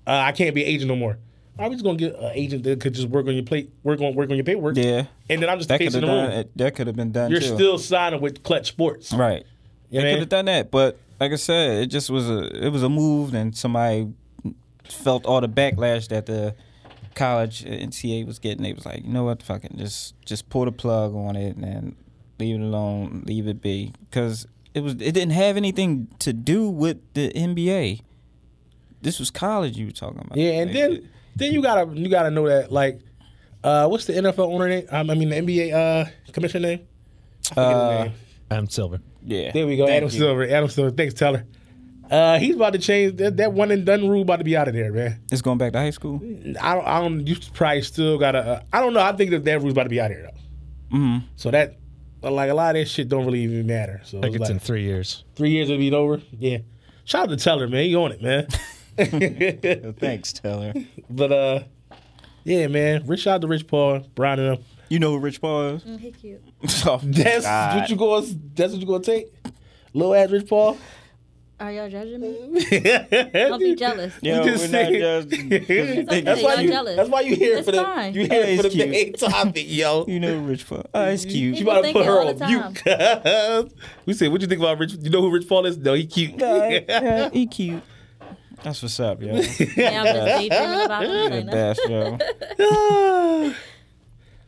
[SPEAKER 2] uh, I can't be an agent no more. I was gonna get an agent that could just work on your plate, work on work on your paperwork.
[SPEAKER 3] yeah.
[SPEAKER 2] And then I'm just
[SPEAKER 3] That
[SPEAKER 2] the
[SPEAKER 3] could
[SPEAKER 2] face
[SPEAKER 3] have
[SPEAKER 2] in the
[SPEAKER 3] done.
[SPEAKER 2] room.
[SPEAKER 3] It, that could have been done.
[SPEAKER 2] You're
[SPEAKER 3] too.
[SPEAKER 2] still signing with Clutch Sports.
[SPEAKER 3] right.
[SPEAKER 2] You know what I
[SPEAKER 3] They could
[SPEAKER 2] mean?
[SPEAKER 3] have done that, but like I said, it just was a it was a move, and somebody felt all the backlash that the college uh, NCA was getting. They was like, you know what, fucking just just pull the plug on it and leave it alone, leave it be, because it was it didn't have anything to do with the NBA. This was college you were talking about.
[SPEAKER 2] Yeah, and
[SPEAKER 3] Like, uh,
[SPEAKER 2] then then you gotta you gotta know that like, uh, what's the NFL owner name? Um, I mean the NBA uh, commissioner name. I forget his
[SPEAKER 3] Uh,
[SPEAKER 2] name.
[SPEAKER 5] Adam Silver.
[SPEAKER 3] yeah,
[SPEAKER 2] There we go,
[SPEAKER 3] Thank
[SPEAKER 2] Adam
[SPEAKER 3] you.
[SPEAKER 2] Silver. Adam Silver. Thanks, Teller. Uh, he's about to change that, that one and done rule. About to be out of there, man.
[SPEAKER 3] It's going back to high school.
[SPEAKER 2] I don't. I don't. You probably still gotta. Uh, I don't know. I think that that rule's about to be out of here though.
[SPEAKER 3] Mhm.
[SPEAKER 2] So that, but, like a lot of that shit don't really even matter. So
[SPEAKER 5] I think
[SPEAKER 2] it's
[SPEAKER 5] it's in
[SPEAKER 2] like,
[SPEAKER 5] three years.
[SPEAKER 2] three years it'll be over. Yeah. Shout out to Teller, man. He on it, man.
[SPEAKER 3] *laughs*
[SPEAKER 2] *laughs*
[SPEAKER 3] Thanks, Taylor.
[SPEAKER 2] But uh, yeah, man. Rich out to Rich Paul, Brian and them.
[SPEAKER 3] You know who Rich Paul is? *laughs*
[SPEAKER 4] Mm, he cute.
[SPEAKER 3] Oh,
[SPEAKER 2] That's
[SPEAKER 3] God.
[SPEAKER 2] what you going. That's what you gonna take. Little ass Rich Paul.
[SPEAKER 4] Are y'all
[SPEAKER 2] *laughs*
[SPEAKER 4] judging me?
[SPEAKER 2] Don't *laughs*
[SPEAKER 4] Don't be jealous.
[SPEAKER 3] Yeah. No, we're not judging, 'cause you think
[SPEAKER 2] that's
[SPEAKER 4] it's
[SPEAKER 2] why
[SPEAKER 4] cute.
[SPEAKER 2] you.
[SPEAKER 4] Jealous.
[SPEAKER 2] That's why you here
[SPEAKER 4] It's
[SPEAKER 2] for the.
[SPEAKER 4] fine.
[SPEAKER 2] You here
[SPEAKER 3] Yeah,
[SPEAKER 2] for the
[SPEAKER 3] it's cute.
[SPEAKER 2] main topic, yo.
[SPEAKER 3] You know who Rich Paul. Oh, it's
[SPEAKER 2] *laughs*
[SPEAKER 3] cute.
[SPEAKER 2] You
[SPEAKER 4] People
[SPEAKER 2] about to
[SPEAKER 4] think
[SPEAKER 2] put
[SPEAKER 4] it
[SPEAKER 2] her
[SPEAKER 4] all
[SPEAKER 2] on
[SPEAKER 4] the
[SPEAKER 2] mute. cuz. *laughs* we said, "What you think about Rich? You know who Rich Paul is? No, he cute.
[SPEAKER 3] he cute. That's what's
[SPEAKER 2] *laughs*
[SPEAKER 3] up, yo.
[SPEAKER 4] Yeah, I'm just daydreaming about him. Like,
[SPEAKER 3] Best, yo.
[SPEAKER 2] Ah. *laughs*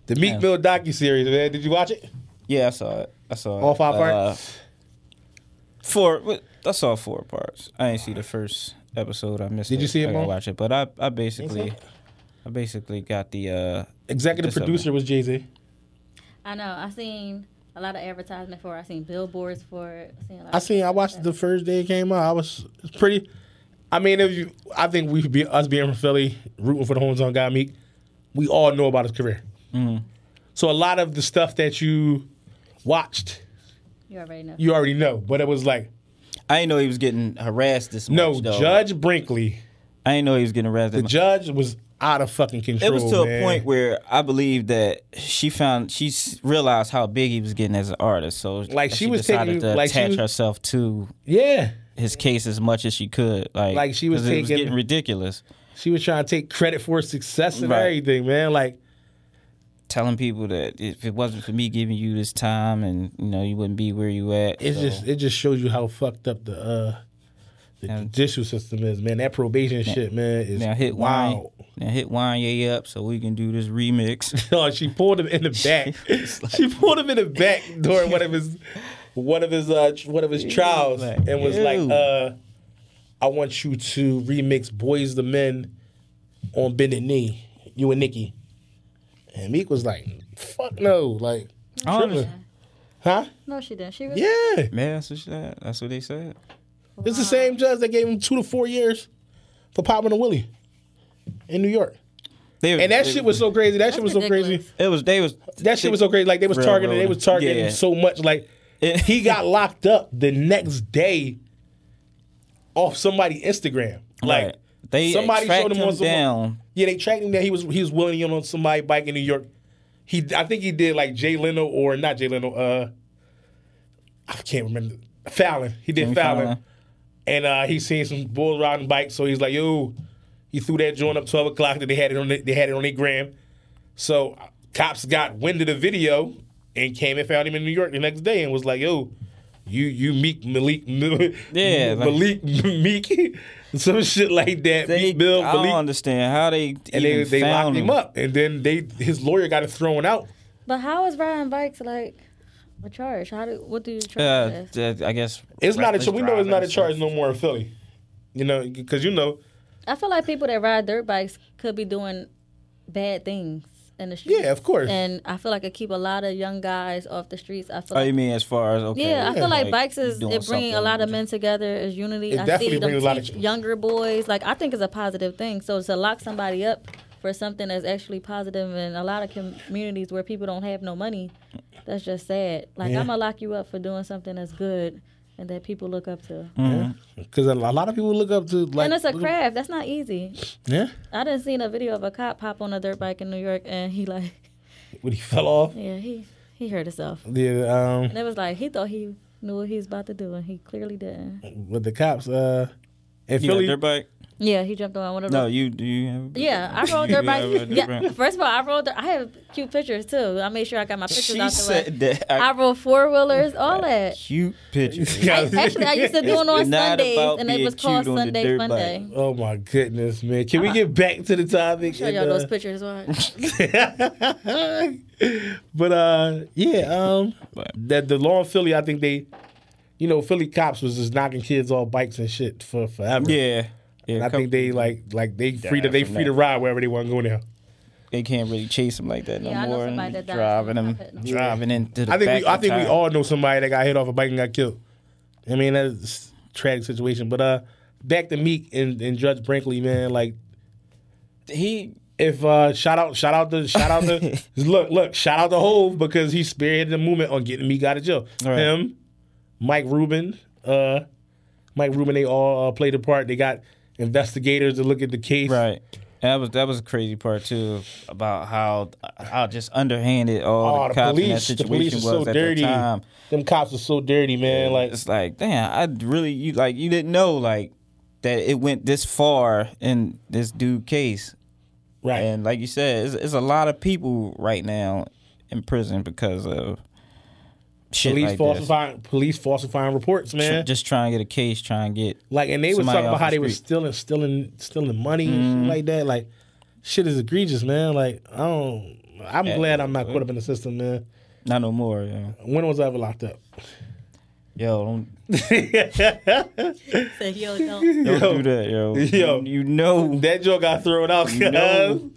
[SPEAKER 2] The Meek Mill docu series, man. Did you watch it?
[SPEAKER 3] Yeah, I saw it. I saw it.
[SPEAKER 2] All five
[SPEAKER 3] Uh, four. what- I saw four parts. I didn't see the first episode. I missed.
[SPEAKER 2] Did you see it,
[SPEAKER 3] I gotta
[SPEAKER 2] Mo?
[SPEAKER 3] watch it, but I, I basically, I basically got the. uh
[SPEAKER 2] Executive
[SPEAKER 3] Just something.
[SPEAKER 2] producer was Jay Z.
[SPEAKER 4] I know. I seen a lot of advertisement for. it. I seen billboards for. it. I seen. A lot
[SPEAKER 2] I seen. I watched it the first day it came out. I was it's pretty. I mean, if you, I think we be us being from Philly, rooting for the hometown guy Meek, we all know about his career. So a lot of the stuff that you watched,
[SPEAKER 4] You already know.
[SPEAKER 2] you already know. But it was like,
[SPEAKER 3] I didn't know he was getting harassed this
[SPEAKER 2] no,
[SPEAKER 3] much. though.
[SPEAKER 2] Judge Brinkley,
[SPEAKER 3] I didn't know he was getting harassed.
[SPEAKER 2] the
[SPEAKER 3] that much.
[SPEAKER 2] judge was out of fucking control.
[SPEAKER 3] It was to
[SPEAKER 2] man.
[SPEAKER 3] a point where I believe that she found she s- realized how big he was getting as an artist. So
[SPEAKER 2] Like, she was
[SPEAKER 3] decided
[SPEAKER 2] taking-
[SPEAKER 3] to
[SPEAKER 2] like, she
[SPEAKER 3] attach
[SPEAKER 2] was-
[SPEAKER 3] herself to
[SPEAKER 2] yeah,
[SPEAKER 3] his case as much as she could. Like,
[SPEAKER 2] Like, she was
[SPEAKER 3] 'cause it was
[SPEAKER 2] taking-
[SPEAKER 3] getting ridiculous.
[SPEAKER 2] she was trying to take credit for his success and
[SPEAKER 3] Right.
[SPEAKER 2] everything, man. Like,
[SPEAKER 3] telling people that if it wasn't for me giving you this time and you know you wouldn't be where you at.
[SPEAKER 2] It
[SPEAKER 3] so-
[SPEAKER 2] just it just shows you how fucked up the uh the
[SPEAKER 3] Yeah.
[SPEAKER 2] judicial system is, man. That probation shit, man, is
[SPEAKER 3] now hit
[SPEAKER 2] wow.
[SPEAKER 3] wow. Now hit Wanye up so we can do this
[SPEAKER 2] *laughs*
[SPEAKER 3] remix.
[SPEAKER 2] No, she pulled him
[SPEAKER 3] *laughs*
[SPEAKER 2] in the back. she pulled him in the back during one of his one of his uh tr- one of his trials
[SPEAKER 3] like,
[SPEAKER 2] and was like,
[SPEAKER 3] ew.
[SPEAKER 2] uh, I want you to remix Boys the Men on Bended Knee, you and Nikki. And Meek was like, fuck no, like
[SPEAKER 3] I don't
[SPEAKER 2] tripping.
[SPEAKER 3] understand.
[SPEAKER 2] Huh?
[SPEAKER 4] No, she didn't. She really.
[SPEAKER 2] Yeah.
[SPEAKER 3] Man, that's what she said. That's what they said.
[SPEAKER 2] It's the same judge that gave him two to four years for popping a willie in New York.
[SPEAKER 3] They,
[SPEAKER 2] And that
[SPEAKER 3] they-
[SPEAKER 2] shit was so crazy. That shit was so crazy.
[SPEAKER 4] ridiculous.
[SPEAKER 3] It was. They was.
[SPEAKER 2] That shit was so crazy. Like they was
[SPEAKER 3] Real,
[SPEAKER 2] targeting.
[SPEAKER 3] real.
[SPEAKER 2] They was targeting
[SPEAKER 3] Yeah.
[SPEAKER 2] him
[SPEAKER 3] *laughs*
[SPEAKER 2] so much. Like he got locked up the next day off somebody's Instagram. Like
[SPEAKER 3] Right. They
[SPEAKER 2] somebody
[SPEAKER 3] tracked
[SPEAKER 2] showed him,
[SPEAKER 3] him
[SPEAKER 2] on some-
[SPEAKER 3] down.
[SPEAKER 2] Yeah, they tracked him down. He was he was willing to get on somebody's bike in New York. He I think he did like Jay Leno or not Jay Leno. Uh, I can't remember Fallon. He did
[SPEAKER 3] Jimmy
[SPEAKER 2] Fallon.
[SPEAKER 3] Fallon.
[SPEAKER 2] and uh, he seen some bulls riding bikes, so he's like, "Yo," he threw that joint up twelve o'clock. That they had it on the, they had it on their gram. So uh, cops got wind of the video and came and found him in New York the next day and was like, "Yo, you you meek Malik, *laughs* Mil-
[SPEAKER 3] Yeah, like-
[SPEAKER 2] Malik *laughs* Meek, some shit like that."
[SPEAKER 3] They,
[SPEAKER 2] Meek Bill,
[SPEAKER 3] I don't
[SPEAKER 2] Malik,
[SPEAKER 3] understand how they
[SPEAKER 2] and they
[SPEAKER 3] even
[SPEAKER 2] they
[SPEAKER 3] found
[SPEAKER 2] locked him up, and then they his lawyer got him thrown out.
[SPEAKER 4] But how is riding bikes like a charge? How do what do you charge?
[SPEAKER 3] Uh,
[SPEAKER 4] as?
[SPEAKER 3] th- I guess
[SPEAKER 2] It's not a
[SPEAKER 3] reckless
[SPEAKER 2] char- we know it's not a
[SPEAKER 3] driving.
[SPEAKER 2] charge no more in Philly, you know, because you know.
[SPEAKER 4] I feel like people that ride dirt bikes could be doing bad things in the street.
[SPEAKER 2] Yeah, of course.
[SPEAKER 4] And I feel like it keep a lot of young guys off the streets. I feel
[SPEAKER 3] Oh,
[SPEAKER 4] like,
[SPEAKER 3] you mean as far as okay?
[SPEAKER 4] yeah, I feel like, bikes
[SPEAKER 3] you
[SPEAKER 4] is
[SPEAKER 3] doing
[SPEAKER 4] it bringing a
[SPEAKER 3] something.
[SPEAKER 4] lot of men together as unity.
[SPEAKER 2] It
[SPEAKER 4] I
[SPEAKER 2] definitely
[SPEAKER 4] see them
[SPEAKER 2] brings a lot of
[SPEAKER 4] teach
[SPEAKER 2] ch-
[SPEAKER 4] younger boys. Like I think it's a positive thing. So to lock somebody up for something that's actually positive in a lot of communities where people don't have no money, that's just sad. Like
[SPEAKER 2] Yeah.
[SPEAKER 4] I'm gonna lock you up for doing something that's good and that people look up to.
[SPEAKER 2] Because a lot of people look up to like
[SPEAKER 4] and it's a
[SPEAKER 2] look-
[SPEAKER 4] craft. That's not easy.
[SPEAKER 2] Yeah,
[SPEAKER 4] I done seen a video of a cop hop on a dirt bike in New York, and he like, *laughs*
[SPEAKER 2] when he fell off.
[SPEAKER 4] yeah, he he hurt himself.
[SPEAKER 2] Yeah, um,
[SPEAKER 4] And it was like he thought he knew what he was about to do, and he clearly didn't.
[SPEAKER 2] with the cops. Uh, in
[SPEAKER 3] You got
[SPEAKER 2] Philly,
[SPEAKER 3] dirt bike?
[SPEAKER 4] Yeah, he jumped on one of
[SPEAKER 3] No,
[SPEAKER 4] those.
[SPEAKER 3] you do. You have
[SPEAKER 4] Yeah, I
[SPEAKER 3] *laughs* You
[SPEAKER 4] rolled dirt
[SPEAKER 3] do
[SPEAKER 4] bike.
[SPEAKER 3] have a dirt
[SPEAKER 4] Yeah, *laughs*
[SPEAKER 3] bike.
[SPEAKER 4] first of all, I rolled. Dirt, I have cute pictures too. I made sure I got my pictures
[SPEAKER 3] She
[SPEAKER 4] out the way.
[SPEAKER 3] said that. I,
[SPEAKER 4] I rolled four wheelers, all
[SPEAKER 3] *laughs*
[SPEAKER 4] that.
[SPEAKER 3] cute
[SPEAKER 2] *laughs*
[SPEAKER 3] picture.
[SPEAKER 2] *laughs* Yeah.
[SPEAKER 4] Actually, I used to do it on
[SPEAKER 3] It's not
[SPEAKER 4] Sundays,
[SPEAKER 3] about
[SPEAKER 4] and it
[SPEAKER 3] being
[SPEAKER 4] was called
[SPEAKER 3] cute on the
[SPEAKER 4] Sunday
[SPEAKER 3] dirt
[SPEAKER 4] Fun
[SPEAKER 3] bike.
[SPEAKER 4] Day.
[SPEAKER 2] oh my goodness, man! Can we get back to the topic?
[SPEAKER 4] Show
[SPEAKER 2] and,
[SPEAKER 4] y'all those
[SPEAKER 2] uh,
[SPEAKER 3] *laughs*
[SPEAKER 4] pictures. watch.
[SPEAKER 2] *laughs* but uh, yeah, um,
[SPEAKER 3] But-
[SPEAKER 2] that the law in Philly, I think they, you know, Philly cops was just knocking kids off bikes and shit for forever.
[SPEAKER 3] yeah, yeah.
[SPEAKER 2] And I
[SPEAKER 3] couple-
[SPEAKER 2] think they like like they free to
[SPEAKER 3] Died
[SPEAKER 2] they
[SPEAKER 3] from
[SPEAKER 2] free to
[SPEAKER 3] that.
[SPEAKER 2] ride wherever they want to go now.
[SPEAKER 3] they can't really chase them like that no
[SPEAKER 4] Yeah, I know
[SPEAKER 3] more.
[SPEAKER 4] somebody that
[SPEAKER 3] And
[SPEAKER 4] died
[SPEAKER 3] driving
[SPEAKER 4] from
[SPEAKER 3] them,
[SPEAKER 4] a pit.
[SPEAKER 3] driving into the
[SPEAKER 2] I think
[SPEAKER 3] back
[SPEAKER 2] we I
[SPEAKER 3] of
[SPEAKER 2] think we
[SPEAKER 3] time.
[SPEAKER 2] all know somebody that got hit off a bike and got killed. I mean that's a tragic situation. But uh, back to Meek and, and Judge Brinkley, man, like
[SPEAKER 3] He
[SPEAKER 2] if uh shout out shout out the shout out
[SPEAKER 3] *laughs*
[SPEAKER 2] the look look shout out the Hove because he spearheaded the movement on getting me out of jail.
[SPEAKER 3] Right.
[SPEAKER 2] Him, Mike Rubin, uh, Mike Rubin, they all uh, played a part. They got investigators to look at the case.
[SPEAKER 3] right. And that was that was a crazy part too about how how just underhanded all
[SPEAKER 2] Oh, the
[SPEAKER 3] the cops in that
[SPEAKER 2] police, the police
[SPEAKER 3] situation
[SPEAKER 2] are
[SPEAKER 3] was
[SPEAKER 2] so
[SPEAKER 3] at
[SPEAKER 2] dirty.
[SPEAKER 3] the time.
[SPEAKER 2] Them cops are so dirty, man. Like
[SPEAKER 3] It's like damn, I really you like you didn't know like that it went this far in this dude case.
[SPEAKER 2] right.
[SPEAKER 3] And like you said, it's, it's a lot of people right now in prison because of shit
[SPEAKER 2] Police
[SPEAKER 3] like this.
[SPEAKER 2] falsifying, police falsifying reports,
[SPEAKER 3] Tr-
[SPEAKER 2] man.
[SPEAKER 3] Just trying to get a case, trying to get
[SPEAKER 2] Like, and they was
[SPEAKER 3] Somebody
[SPEAKER 2] talking about
[SPEAKER 3] off
[SPEAKER 2] how
[SPEAKER 3] the
[SPEAKER 2] they were
[SPEAKER 3] street. Mm-hmm.
[SPEAKER 2] stealing, stealing, stealing money and shit like that. Like, shit is egregious, man. Like, I don't, I'm glad I'm not caught up in the system, man.
[SPEAKER 3] Not no more. Yeah.
[SPEAKER 2] When was I ever locked up?
[SPEAKER 3] Yo, don't
[SPEAKER 4] Say, yo, don't.
[SPEAKER 3] Don't
[SPEAKER 2] Yo.
[SPEAKER 3] do that, yo.
[SPEAKER 2] Yo.
[SPEAKER 3] You, you know that.
[SPEAKER 2] That joke got thrown out.
[SPEAKER 3] You know,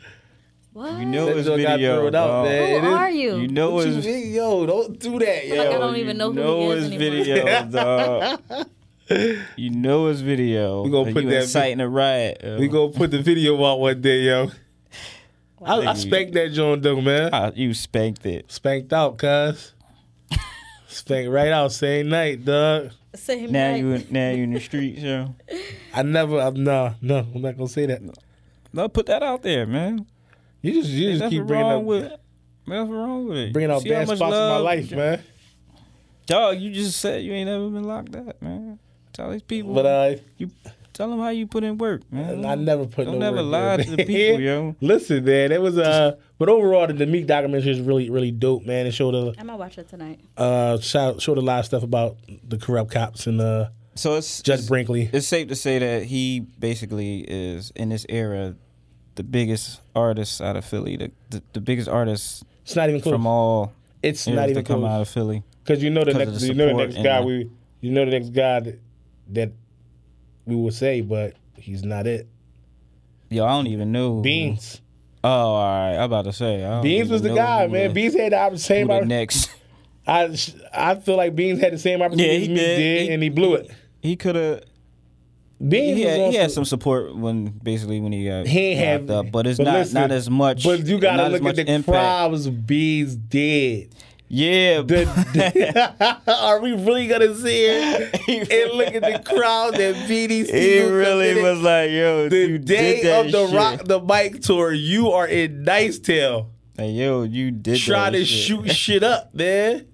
[SPEAKER 4] What?
[SPEAKER 3] you know
[SPEAKER 2] That
[SPEAKER 3] it's
[SPEAKER 2] joke got
[SPEAKER 3] video.
[SPEAKER 2] thrown out,
[SPEAKER 3] dog.
[SPEAKER 2] man.
[SPEAKER 4] Who
[SPEAKER 2] It is-
[SPEAKER 4] are you?
[SPEAKER 3] You know
[SPEAKER 2] What you
[SPEAKER 3] it's
[SPEAKER 2] mean? Yo, don't do that, yo.
[SPEAKER 4] Like, I
[SPEAKER 3] yo,
[SPEAKER 4] don't even
[SPEAKER 3] you
[SPEAKER 4] know who he
[SPEAKER 3] know
[SPEAKER 4] is
[SPEAKER 3] it's
[SPEAKER 4] anymore.
[SPEAKER 3] video, dog.
[SPEAKER 4] *laughs*
[SPEAKER 3] You know it's video.
[SPEAKER 2] We gonna
[SPEAKER 3] And
[SPEAKER 2] put
[SPEAKER 3] you
[SPEAKER 2] that vi-
[SPEAKER 3] inciting a riot. yo.
[SPEAKER 2] We gonna put the video out one day, yo. I, I spanked that joint though, man.
[SPEAKER 3] Ah, you spanked it.
[SPEAKER 2] Spanked out, cuz. Spanked right out same night, dog.
[SPEAKER 4] Same
[SPEAKER 3] Now
[SPEAKER 4] night.
[SPEAKER 3] you now you in the streets, yo.
[SPEAKER 2] I never, I'm, nah, no, I'm not gonna say that.
[SPEAKER 3] No, put that out there, man.
[SPEAKER 2] You just, you just
[SPEAKER 3] Nothing
[SPEAKER 2] keep bringing
[SPEAKER 3] wrong
[SPEAKER 2] up,
[SPEAKER 3] with. Nothing wrong with it.
[SPEAKER 2] bringing out
[SPEAKER 3] See how
[SPEAKER 2] bad
[SPEAKER 3] much
[SPEAKER 2] spots in my
[SPEAKER 3] love-
[SPEAKER 2] life, man.
[SPEAKER 3] Dog, you just said you ain't ever been locked up, man. Tell these people.
[SPEAKER 2] But uh,
[SPEAKER 3] you tell them how you put in work, man.
[SPEAKER 2] I never put
[SPEAKER 3] Don't
[SPEAKER 2] no
[SPEAKER 3] ever
[SPEAKER 2] work
[SPEAKER 3] lie
[SPEAKER 2] in,
[SPEAKER 3] to the
[SPEAKER 2] man.
[SPEAKER 3] people, yo.
[SPEAKER 2] *laughs* Listen, man, it was uh, but overall, the Meek documentary is really, really dope, man. It showed a
[SPEAKER 4] I'm gonna watch it tonight.
[SPEAKER 2] uh, shout, showed a lot of stuff about the corrupt cops and uh,
[SPEAKER 3] So it's
[SPEAKER 2] Judge
[SPEAKER 3] it's-
[SPEAKER 2] Brinkley.
[SPEAKER 3] It's safe to say that he basically is in this era the biggest artist out of Philly, the the, the biggest artist
[SPEAKER 2] It's not even close.
[SPEAKER 3] from all
[SPEAKER 2] it's
[SPEAKER 3] eras
[SPEAKER 2] not
[SPEAKER 3] that
[SPEAKER 2] even
[SPEAKER 3] come out
[SPEAKER 2] close
[SPEAKER 3] of Philly.
[SPEAKER 2] because you know the
[SPEAKER 3] 'cause of
[SPEAKER 2] next,
[SPEAKER 3] the
[SPEAKER 2] you know the
[SPEAKER 3] support
[SPEAKER 2] next
[SPEAKER 3] and
[SPEAKER 2] guy
[SPEAKER 3] the-
[SPEAKER 2] we, you know the next guy that, that we will say, but he's not it.
[SPEAKER 3] Mm-hmm. Yo, I don't even know. who-
[SPEAKER 2] Beans,
[SPEAKER 3] Oh, all right. I'm about to say. I don't
[SPEAKER 2] Beans
[SPEAKER 3] even
[SPEAKER 2] was the
[SPEAKER 3] know
[SPEAKER 2] guy,
[SPEAKER 3] who
[SPEAKER 2] man.
[SPEAKER 3] the-
[SPEAKER 2] Beans had the
[SPEAKER 3] who
[SPEAKER 2] same.
[SPEAKER 3] the
[SPEAKER 2] oppor- *laughs*
[SPEAKER 3] next.
[SPEAKER 2] I, I feel like Beans had the same opportunity
[SPEAKER 3] he
[SPEAKER 2] Meek
[SPEAKER 3] did.
[SPEAKER 2] did,
[SPEAKER 3] He-
[SPEAKER 2] and he blew it.
[SPEAKER 3] He could have.
[SPEAKER 2] Beans
[SPEAKER 3] He
[SPEAKER 2] was
[SPEAKER 3] had,
[SPEAKER 2] on
[SPEAKER 3] he had
[SPEAKER 2] some-
[SPEAKER 3] some support when basically when he got
[SPEAKER 2] He ain't
[SPEAKER 3] locked
[SPEAKER 2] have-
[SPEAKER 3] up, but it's
[SPEAKER 2] but
[SPEAKER 3] not
[SPEAKER 2] listen,
[SPEAKER 3] not as much.
[SPEAKER 2] But you gotta
[SPEAKER 3] not as
[SPEAKER 2] look at
[SPEAKER 3] much
[SPEAKER 2] the
[SPEAKER 3] impact.
[SPEAKER 2] crowds Beans did.
[SPEAKER 3] Yeah,
[SPEAKER 2] The- *laughs* are we really gonna see
[SPEAKER 3] *laughs*
[SPEAKER 2] it and look at the crowd that BDC
[SPEAKER 3] he really
[SPEAKER 2] committed?
[SPEAKER 3] was like, yo,
[SPEAKER 2] the
[SPEAKER 3] you
[SPEAKER 2] day
[SPEAKER 3] did that
[SPEAKER 2] of the
[SPEAKER 3] shit.
[SPEAKER 2] Rock the Bike tour. You are in Nice Tail
[SPEAKER 3] Hey, yo, you did
[SPEAKER 2] trying
[SPEAKER 3] that
[SPEAKER 2] to
[SPEAKER 3] shit.
[SPEAKER 2] shoot shit up, man,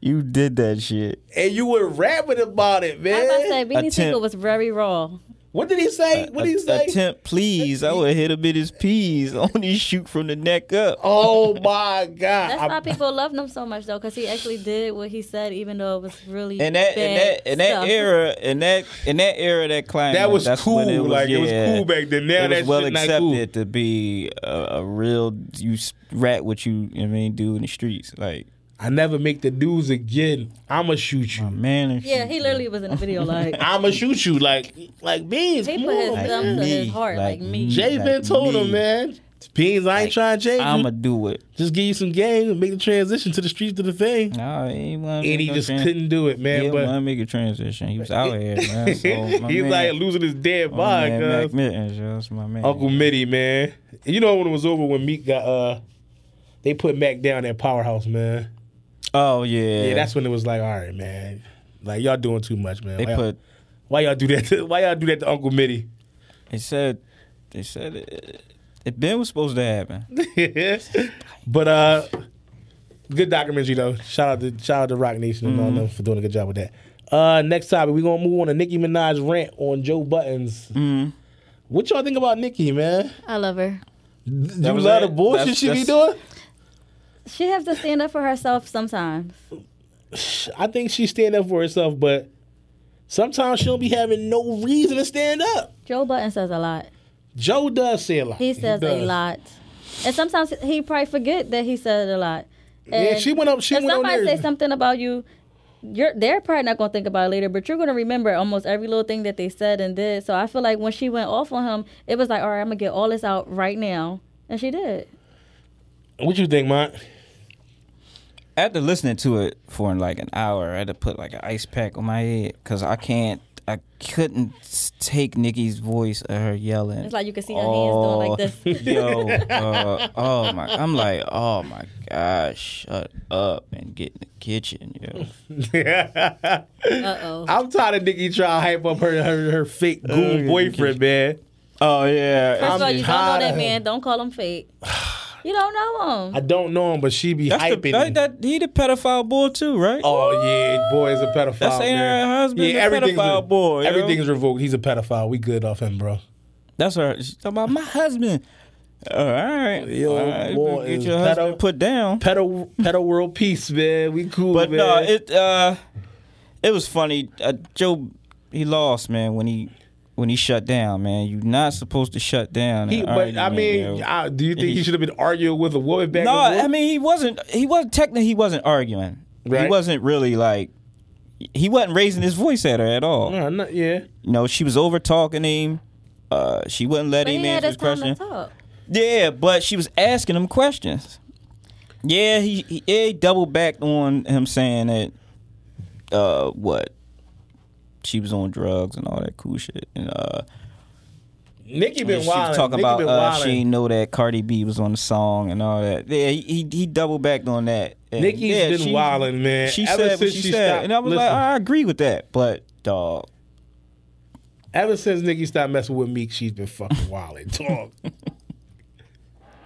[SPEAKER 3] You did that shit.
[SPEAKER 2] and you were rapping about it,
[SPEAKER 4] I was about to say,
[SPEAKER 2] man.
[SPEAKER 4] Beanie
[SPEAKER 3] Eh, Attempt.
[SPEAKER 4] Siegel was very raw.
[SPEAKER 2] What did he say? What did he
[SPEAKER 3] A-
[SPEAKER 2] say?
[SPEAKER 3] Attempt, please. I would hit a bit his peas. *laughs* Only shoot from the neck up.
[SPEAKER 2] Oh my God!
[SPEAKER 4] That's
[SPEAKER 2] I-
[SPEAKER 4] why people loved him so much, though, because he actually did what he said, even though it was really
[SPEAKER 3] In that, in
[SPEAKER 4] bad
[SPEAKER 3] that, in that
[SPEAKER 4] stuff.
[SPEAKER 3] era, in that, in that era, that climate,
[SPEAKER 2] that was
[SPEAKER 3] that's
[SPEAKER 2] cool.
[SPEAKER 3] when it was,
[SPEAKER 2] like it was
[SPEAKER 3] yeah.
[SPEAKER 2] cool back then. Now
[SPEAKER 3] it was
[SPEAKER 2] that
[SPEAKER 3] well
[SPEAKER 2] shit not
[SPEAKER 3] accepted
[SPEAKER 2] cool.
[SPEAKER 3] to be a, a real you s- rat what you, I mean do in the streets like
[SPEAKER 2] I never make the news again. I'ma shoot you.
[SPEAKER 3] man and
[SPEAKER 4] Yeah,
[SPEAKER 3] shit.
[SPEAKER 4] he literally was in the video
[SPEAKER 3] *laughs*
[SPEAKER 4] like
[SPEAKER 2] I'ma shoot you like like beans.
[SPEAKER 4] he
[SPEAKER 2] come
[SPEAKER 4] put his
[SPEAKER 2] on, man.
[SPEAKER 4] thumb to his
[SPEAKER 3] me,
[SPEAKER 4] heart, like,
[SPEAKER 3] like
[SPEAKER 4] me.
[SPEAKER 3] me.
[SPEAKER 2] Jay been
[SPEAKER 3] Like
[SPEAKER 2] told him,
[SPEAKER 3] me.
[SPEAKER 2] man. Beans, I ain't trying to change
[SPEAKER 3] I'ma
[SPEAKER 2] you.
[SPEAKER 3] do it
[SPEAKER 2] Just give you some game and make the transition to the streets to the thing.
[SPEAKER 3] Mm, no he wanna
[SPEAKER 2] And he just couldn't do it, man.
[SPEAKER 3] he
[SPEAKER 2] but
[SPEAKER 3] want to make a transition he was out
[SPEAKER 2] *laughs*
[SPEAKER 3] here man so my
[SPEAKER 2] he's
[SPEAKER 3] man,
[SPEAKER 2] like losing his dead
[SPEAKER 3] my
[SPEAKER 2] mind,
[SPEAKER 3] man,
[SPEAKER 2] cuz.
[SPEAKER 3] Mac Mittens, yo, that's my man
[SPEAKER 2] Uncle Mitty, man. You know when it was over when Meek got uh they put Mac down at Powerhouse, man.
[SPEAKER 3] oh yeah
[SPEAKER 2] Yeah, that's when it was like, all right, man. Like y'all doing too much, man.
[SPEAKER 3] they
[SPEAKER 2] why,
[SPEAKER 3] put
[SPEAKER 2] why y'all do that? To, why y'all do that to Uncle Mitty? *laughs*
[SPEAKER 3] they said they said it, it been was supposed to happen
[SPEAKER 2] but uh good documentary though. Shout out to shout out to Rock Nation and
[SPEAKER 3] Mm-hmm.
[SPEAKER 2] all them for doing a good job with that. Uh next topic, we're gonna move on to Nicki Minaj rant on Joe Buttons.
[SPEAKER 3] Mhm.
[SPEAKER 2] What y'all think about Nicki, man?
[SPEAKER 4] I love her.
[SPEAKER 2] Do you
[SPEAKER 3] was
[SPEAKER 2] love
[SPEAKER 3] it?
[SPEAKER 2] the bullshit
[SPEAKER 3] That's-
[SPEAKER 2] she be
[SPEAKER 3] that's-
[SPEAKER 2] doing?
[SPEAKER 4] She has to stand up for herself sometimes.
[SPEAKER 2] I think she stand up for herself, but sometimes she don't be having no reason to stand up.
[SPEAKER 4] Joe Button says a lot.
[SPEAKER 2] Joe does say a lot.
[SPEAKER 4] He says a
[SPEAKER 2] does.
[SPEAKER 4] lot, and sometimes he probably forget that he said a lot. And
[SPEAKER 2] Yeah, she went up. She
[SPEAKER 4] if
[SPEAKER 2] went on
[SPEAKER 4] somebody
[SPEAKER 2] there.
[SPEAKER 4] say something about you, you're they're probably not gonna think about it later, but you're gonna remember almost every little thing that they said and did. So I feel like when she went off on him, it was like, all right, I'm gonna get all this out right now, and she did.
[SPEAKER 2] what you think, Mont?
[SPEAKER 3] after listening to it for like an hour, I had to put like an ice pack on my head because I can't, I couldn't s- take Nikki's voice or her yelling. Oh.
[SPEAKER 4] It's like you can see her hands doing like
[SPEAKER 3] *laughs*
[SPEAKER 4] this.
[SPEAKER 3] Yo, uh, oh my! I'm like, oh my gosh, shut up and get in the kitchen, yo.
[SPEAKER 4] Uh oh.
[SPEAKER 2] *laughs* *laughs* I'm tired of Nicki trying to hype up her her, her fake
[SPEAKER 3] yeah,
[SPEAKER 2] goon boyfriend, man.
[SPEAKER 3] Oh yeah,
[SPEAKER 4] First of all,
[SPEAKER 2] I'm
[SPEAKER 4] you don't know
[SPEAKER 2] tired
[SPEAKER 4] that
[SPEAKER 2] of
[SPEAKER 4] man. Don't call him fake.
[SPEAKER 2] *sighs*
[SPEAKER 4] You don't know him.
[SPEAKER 2] I don't know him, but she be
[SPEAKER 3] that's the,
[SPEAKER 2] hyping.
[SPEAKER 3] that, that he the pedophile boy too, right?
[SPEAKER 2] oh yeah, boy is a pedophile.
[SPEAKER 3] That's ain't
[SPEAKER 2] man.
[SPEAKER 3] her husband, the pedophile boy, yo.
[SPEAKER 2] Everything's revoked. He's a pedophile. We good off him, bro.
[SPEAKER 3] That's her. She's talking about my husband. All right,
[SPEAKER 2] Yo,
[SPEAKER 3] all right,
[SPEAKER 2] boy,
[SPEAKER 3] get
[SPEAKER 2] is
[SPEAKER 3] your
[SPEAKER 2] pedo-
[SPEAKER 3] husband put down.
[SPEAKER 2] Pedo pedo world peace, man. We cool,
[SPEAKER 3] But
[SPEAKER 2] man.
[SPEAKER 3] no, it uh, it was funny. Uh, Joe, he lost, man. When he when he shut down, man. You're not supposed to shut down.
[SPEAKER 2] He,
[SPEAKER 3] an
[SPEAKER 2] but I
[SPEAKER 3] argument,
[SPEAKER 2] mean,
[SPEAKER 3] yo.
[SPEAKER 2] I, do you think he
[SPEAKER 3] He-
[SPEAKER 2] should have been arguing with a woman back?
[SPEAKER 3] no,
[SPEAKER 2] and forth?
[SPEAKER 3] I mean he wasn't. He wasn't technically. He wasn't arguing.
[SPEAKER 2] Right.
[SPEAKER 3] He wasn't really like. He wasn't raising his voice at her at all.
[SPEAKER 2] No, not- yeah.
[SPEAKER 3] You know, she was over talking him. Uh, she wouldn't let
[SPEAKER 4] But
[SPEAKER 3] him
[SPEAKER 4] he had
[SPEAKER 3] answer his
[SPEAKER 4] his time
[SPEAKER 3] question.
[SPEAKER 4] to talk.
[SPEAKER 3] Yeah, but she was asking him questions. Yeah, he, he, yeah, he doubled back on him saying that, uh, what? She was on drugs and all that cool shit. And uh,
[SPEAKER 2] Nikki
[SPEAKER 3] she
[SPEAKER 2] been
[SPEAKER 3] was
[SPEAKER 2] wild.
[SPEAKER 3] talking about
[SPEAKER 2] been
[SPEAKER 3] uh,
[SPEAKER 2] wildin'.
[SPEAKER 3] she didn't know that Cardi B was on the song and all that. Yeah, he he, he doubled back on that. And
[SPEAKER 2] Nikki's
[SPEAKER 3] yeah,
[SPEAKER 2] been
[SPEAKER 3] she-
[SPEAKER 2] wildin', man.
[SPEAKER 3] She
[SPEAKER 2] Ever
[SPEAKER 3] said what
[SPEAKER 2] since
[SPEAKER 3] she,
[SPEAKER 2] she
[SPEAKER 3] said,
[SPEAKER 2] stopped-
[SPEAKER 3] and I was like, uh.
[SPEAKER 2] listen.
[SPEAKER 3] I agree with that, but dog,
[SPEAKER 2] Ever since Nikki stopped messing with Meek, she's been
[SPEAKER 3] *laughs*
[SPEAKER 2] fucking wild and talk.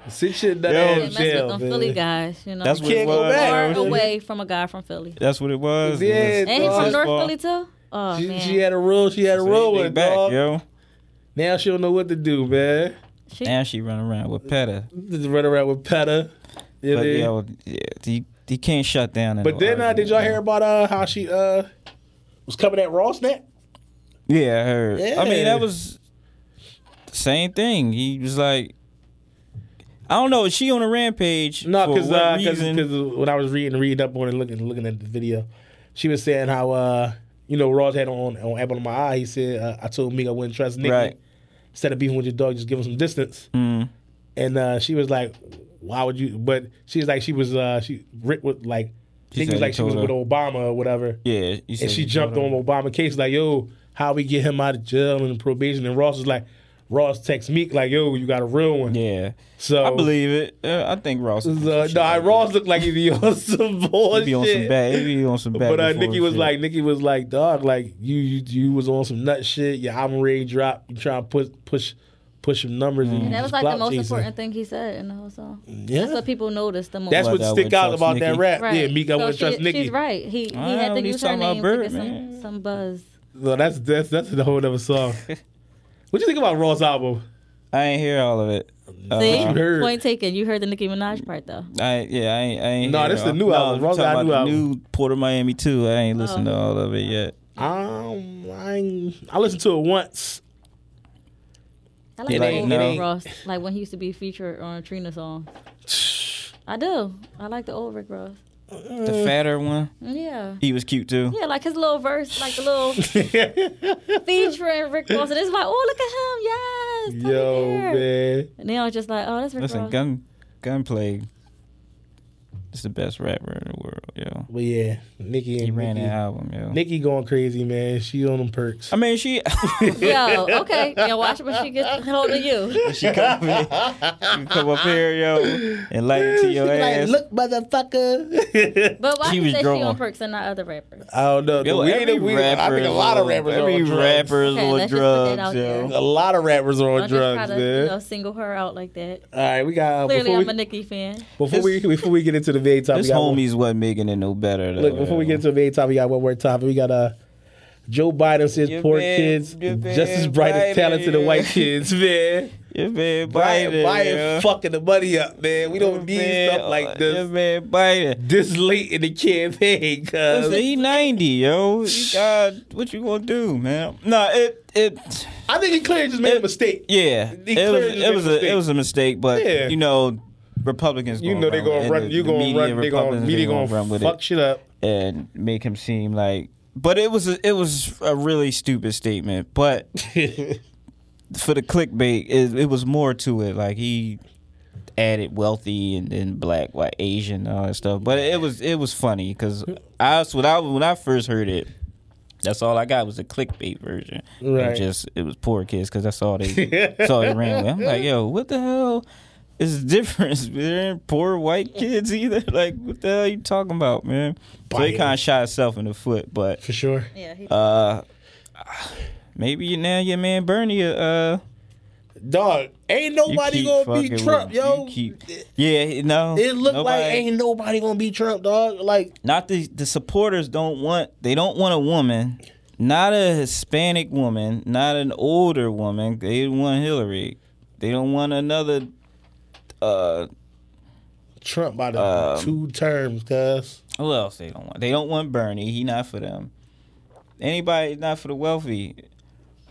[SPEAKER 2] Since shit done
[SPEAKER 3] Yo,
[SPEAKER 2] out
[SPEAKER 4] They
[SPEAKER 2] of
[SPEAKER 4] mess
[SPEAKER 2] jail,
[SPEAKER 4] with them
[SPEAKER 2] man.
[SPEAKER 4] Philly guys, you know.
[SPEAKER 3] that's
[SPEAKER 2] You
[SPEAKER 3] what it
[SPEAKER 2] can't go
[SPEAKER 3] was.
[SPEAKER 2] back.
[SPEAKER 3] yo.
[SPEAKER 4] far away from a guy from Philly.
[SPEAKER 3] That's what it was.
[SPEAKER 2] Yeah,
[SPEAKER 3] It was-
[SPEAKER 4] And he's
[SPEAKER 2] dog.
[SPEAKER 4] from
[SPEAKER 3] his
[SPEAKER 4] North
[SPEAKER 3] fault.
[SPEAKER 4] Philly too. Oh
[SPEAKER 2] she,
[SPEAKER 4] man,
[SPEAKER 2] she had a rule. She had a
[SPEAKER 3] So
[SPEAKER 2] rule
[SPEAKER 3] they
[SPEAKER 2] with it,
[SPEAKER 3] back,
[SPEAKER 2] dog.
[SPEAKER 3] yo.
[SPEAKER 2] Now she don't know what to do, man.
[SPEAKER 4] She-
[SPEAKER 3] Now she run around with Petta.
[SPEAKER 2] Just run around with Petta. You
[SPEAKER 3] But
[SPEAKER 2] dig?
[SPEAKER 3] yo, yeah, he, he can't shut down. in
[SPEAKER 2] But
[SPEAKER 3] no
[SPEAKER 2] then, uh, did y'all hear about uh, how she uh, was coming at Ross now?
[SPEAKER 3] Yeah, I heard. I mean,
[SPEAKER 2] Yeah.
[SPEAKER 3] that was the same thing. He was like, I don't know. Is she on a rampage?
[SPEAKER 2] No,
[SPEAKER 3] for
[SPEAKER 2] because
[SPEAKER 3] what
[SPEAKER 2] uh, cause,
[SPEAKER 3] reason?
[SPEAKER 2] 'cause when I was reading, reading up on it, looking, looking at the video, she was saying how uh, you know Ross had on on apple in my eye. He said, uh, "I told me I wouldn't trust Nick.
[SPEAKER 3] Right.
[SPEAKER 2] Instead of beefing with your dog, just give him some distance."
[SPEAKER 3] Mm.
[SPEAKER 2] And uh, she was like, "Why would you?" But she was like, she was uh, she Rick was like,
[SPEAKER 3] She
[SPEAKER 2] Nick was
[SPEAKER 3] said
[SPEAKER 2] like
[SPEAKER 3] he
[SPEAKER 2] she was
[SPEAKER 3] told
[SPEAKER 2] with
[SPEAKER 3] her.
[SPEAKER 2] Obama or whatever,
[SPEAKER 3] yeah, you said
[SPEAKER 2] and she
[SPEAKER 3] you
[SPEAKER 2] jumped on
[SPEAKER 3] told her.
[SPEAKER 2] Obama case like, "Yo, how we get him out of jail and probation?" And Ross was like, Ross texts Meek like, "Yo, you got a real one."
[SPEAKER 3] Yeah,
[SPEAKER 2] So
[SPEAKER 3] I believe it. Uh, I think Ross.
[SPEAKER 2] uh, no, Ross looked like he be on some bullshit.
[SPEAKER 3] *laughs* He be on some bad. He be on some bad.
[SPEAKER 2] But uh,
[SPEAKER 3] before
[SPEAKER 2] Nikki was
[SPEAKER 3] shit.
[SPEAKER 2] like, Nikki was like, dog, like you, you, you was on some nut shit. Your album ready drop. You trying to push, push, push some numbers.
[SPEAKER 3] Mm.
[SPEAKER 2] And you
[SPEAKER 4] that
[SPEAKER 2] just
[SPEAKER 4] was like the
[SPEAKER 2] clout
[SPEAKER 4] most
[SPEAKER 2] chasing.
[SPEAKER 4] important thing he said in the whole song.
[SPEAKER 2] Yeah,
[SPEAKER 4] That's what people noticed the most.
[SPEAKER 2] that's
[SPEAKER 3] Well,
[SPEAKER 2] what
[SPEAKER 3] that
[SPEAKER 2] stick
[SPEAKER 3] would
[SPEAKER 2] out
[SPEAKER 3] trust
[SPEAKER 2] about that
[SPEAKER 3] Nikki.
[SPEAKER 2] rap.
[SPEAKER 4] Right.
[SPEAKER 2] Yeah, Meek, I
[SPEAKER 4] so
[SPEAKER 2] wouldn't
[SPEAKER 4] she-
[SPEAKER 2] trust Nikki.
[SPEAKER 4] She's right. He he
[SPEAKER 3] I
[SPEAKER 4] had
[SPEAKER 3] know
[SPEAKER 4] to
[SPEAKER 3] what he's
[SPEAKER 4] use her
[SPEAKER 3] talking about,
[SPEAKER 4] name
[SPEAKER 3] Bird,
[SPEAKER 4] to get
[SPEAKER 3] man.
[SPEAKER 4] some, some buzz.
[SPEAKER 2] No, that's that's that's a whole other song.
[SPEAKER 3] *laughs*
[SPEAKER 2] what you think about Ross album?
[SPEAKER 3] I ain't hear all of it. Uh,
[SPEAKER 4] See,
[SPEAKER 2] you heard.
[SPEAKER 4] point taken. You heard the Nicki Minaj part though.
[SPEAKER 3] I yeah, I ain't. I ain't
[SPEAKER 2] No,
[SPEAKER 3] hear
[SPEAKER 2] this
[SPEAKER 3] it
[SPEAKER 2] the
[SPEAKER 3] all.
[SPEAKER 2] new album.
[SPEAKER 3] I'm
[SPEAKER 2] Ross
[SPEAKER 3] talking
[SPEAKER 2] got a
[SPEAKER 3] about
[SPEAKER 2] new
[SPEAKER 3] the
[SPEAKER 2] album.
[SPEAKER 3] new Port of Miami too. I ain't listened to all of it yet.
[SPEAKER 2] Um, I ain't- I listened to it once. *laughs*
[SPEAKER 4] I like
[SPEAKER 3] It
[SPEAKER 4] the
[SPEAKER 3] ain't-
[SPEAKER 4] old
[SPEAKER 3] it
[SPEAKER 4] Rick
[SPEAKER 3] ain't-
[SPEAKER 4] Ross, like when he used to be featured on Trina song. I do. I like the old Rick Ross.
[SPEAKER 3] The fatter one.
[SPEAKER 4] Yeah.
[SPEAKER 3] He was cute too.
[SPEAKER 4] Yeah, like his little verse, like
[SPEAKER 2] *laughs*
[SPEAKER 4] the little
[SPEAKER 2] Yo,
[SPEAKER 4] featuring Rick Ross, and it's like, oh look at him, yes, Yo, man.
[SPEAKER 2] man.
[SPEAKER 4] And then I was just like, oh, that's
[SPEAKER 3] *laughs*
[SPEAKER 4] Rick
[SPEAKER 3] Listen,
[SPEAKER 4] Ross.
[SPEAKER 3] gun gunplay is the best rapper in the world, yo.
[SPEAKER 2] But yeah, Nikki and
[SPEAKER 3] He ran
[SPEAKER 2] Nikki.
[SPEAKER 3] that album, yo.
[SPEAKER 2] Nikki going crazy, man. She on them perks.
[SPEAKER 3] I
[SPEAKER 2] *laughs*
[SPEAKER 3] mean, she *laughs*
[SPEAKER 4] Yo, okay, yo, watch when she gets hold of you.
[SPEAKER 2] *laughs*
[SPEAKER 3] she come, she come up here, yo, and light it to your ass.
[SPEAKER 2] look,
[SPEAKER 3] *laughs*
[SPEAKER 2] motherfucker.
[SPEAKER 4] But why
[SPEAKER 3] She
[SPEAKER 4] she you
[SPEAKER 3] was
[SPEAKER 4] say she
[SPEAKER 3] drunk.
[SPEAKER 4] on perks and not other rappers?
[SPEAKER 2] I don't know.
[SPEAKER 3] yo,
[SPEAKER 2] we
[SPEAKER 3] every
[SPEAKER 2] ain't, we, I
[SPEAKER 3] rapper
[SPEAKER 2] think a
[SPEAKER 3] is
[SPEAKER 2] lot of
[SPEAKER 3] on-
[SPEAKER 2] rappers
[SPEAKER 3] every
[SPEAKER 2] are on drugs.
[SPEAKER 3] rappers
[SPEAKER 4] Okay,
[SPEAKER 3] on
[SPEAKER 4] let's just put that
[SPEAKER 3] drugs,
[SPEAKER 4] out
[SPEAKER 3] yo.
[SPEAKER 4] there.
[SPEAKER 2] A lot of rappers are on
[SPEAKER 4] Don't
[SPEAKER 2] drugs,
[SPEAKER 4] just try to you
[SPEAKER 2] man.
[SPEAKER 4] know, single her out like that.
[SPEAKER 2] All right, we got uh,
[SPEAKER 4] Clearly,
[SPEAKER 2] before,
[SPEAKER 4] I'm a
[SPEAKER 2] we,
[SPEAKER 4] Nicki fan.
[SPEAKER 2] before we before we get into the main topic.
[SPEAKER 3] This
[SPEAKER 2] we got one-
[SPEAKER 3] homies wasn't making it no better. Though,
[SPEAKER 2] Look, before we
[SPEAKER 3] yo.
[SPEAKER 2] get to the main topic, we got one more topic. We got uh, Joe Biden says
[SPEAKER 3] Your
[SPEAKER 2] poor
[SPEAKER 3] man-
[SPEAKER 2] kids
[SPEAKER 3] your man
[SPEAKER 2] just as bright as
[SPEAKER 3] Biden,
[SPEAKER 2] talented the
[SPEAKER 3] yeah.
[SPEAKER 2] white kids, man.
[SPEAKER 3] your
[SPEAKER 2] Biden,
[SPEAKER 3] man Biden,
[SPEAKER 2] Biden
[SPEAKER 3] yo.
[SPEAKER 2] fucking the money up, man. We
[SPEAKER 3] Your
[SPEAKER 2] don't need
[SPEAKER 3] man- uh,
[SPEAKER 2] stuff like
[SPEAKER 3] Your
[SPEAKER 2] this
[SPEAKER 3] man Biden.
[SPEAKER 2] this late in the campaign, cuz.
[SPEAKER 3] Listen, he ninety, yo. He- God, what you gonna do, man? No, it it
[SPEAKER 2] I think he clearly just made a
[SPEAKER 3] It-
[SPEAKER 2] mistake.
[SPEAKER 3] yeah.
[SPEAKER 2] He
[SPEAKER 3] It was
[SPEAKER 2] clearly just made
[SPEAKER 3] it was
[SPEAKER 2] a
[SPEAKER 3] a
[SPEAKER 2] mistake.
[SPEAKER 3] it was a mistake, but
[SPEAKER 2] Yeah.
[SPEAKER 3] you know Republicans.
[SPEAKER 2] You know they're gonna
[SPEAKER 3] and
[SPEAKER 2] run.
[SPEAKER 3] the-
[SPEAKER 2] You
[SPEAKER 3] the
[SPEAKER 2] gonna
[SPEAKER 3] media,
[SPEAKER 2] run. They gonna
[SPEAKER 3] Republicans,
[SPEAKER 2] media
[SPEAKER 3] they
[SPEAKER 2] gonna,
[SPEAKER 3] run with
[SPEAKER 2] fuck
[SPEAKER 3] it
[SPEAKER 2] shit up.
[SPEAKER 3] and make him seem like. But it was a, it was a really stupid statement. But for the clickbait, it, it was more to it. Like he added wealthy and then black, white, Asian, all that stuff. But it was it was funny because I was- when I when I first heard it, that's all I got was the clickbait version. And
[SPEAKER 2] Right.
[SPEAKER 3] just it was poor kids because that's all they that's all they ran with. I'm like, yo, what the hell? Is the difference? *laughs* There ain't poor white kids either. *laughs* Like, what the hell you talking about, man? So he
[SPEAKER 2] Biden.
[SPEAKER 3] kind of shot himself in the foot, but
[SPEAKER 2] *laughs* for sure.
[SPEAKER 4] Yeah, he,
[SPEAKER 3] uh, maybe you- now your man Bernie, uh,
[SPEAKER 2] Dog, ain't nobody
[SPEAKER 3] keep
[SPEAKER 2] gonna beat
[SPEAKER 3] fucking
[SPEAKER 2] Trump,
[SPEAKER 3] with- you
[SPEAKER 2] yo.
[SPEAKER 3] keep- yeah, no,
[SPEAKER 2] It looked
[SPEAKER 3] nobody-
[SPEAKER 2] like ain't nobody gonna beat Trump, dog. Like
[SPEAKER 3] not the the supporters don't want they don't want a woman, not a Hispanic woman, not an older woman. They want Hillary. They don't want another. Uh,
[SPEAKER 2] Trump by the
[SPEAKER 3] Um,
[SPEAKER 2] two terms, cuz.
[SPEAKER 3] who else they don't want? They don't want Bernie. He not for them. Anybody not for the wealthy.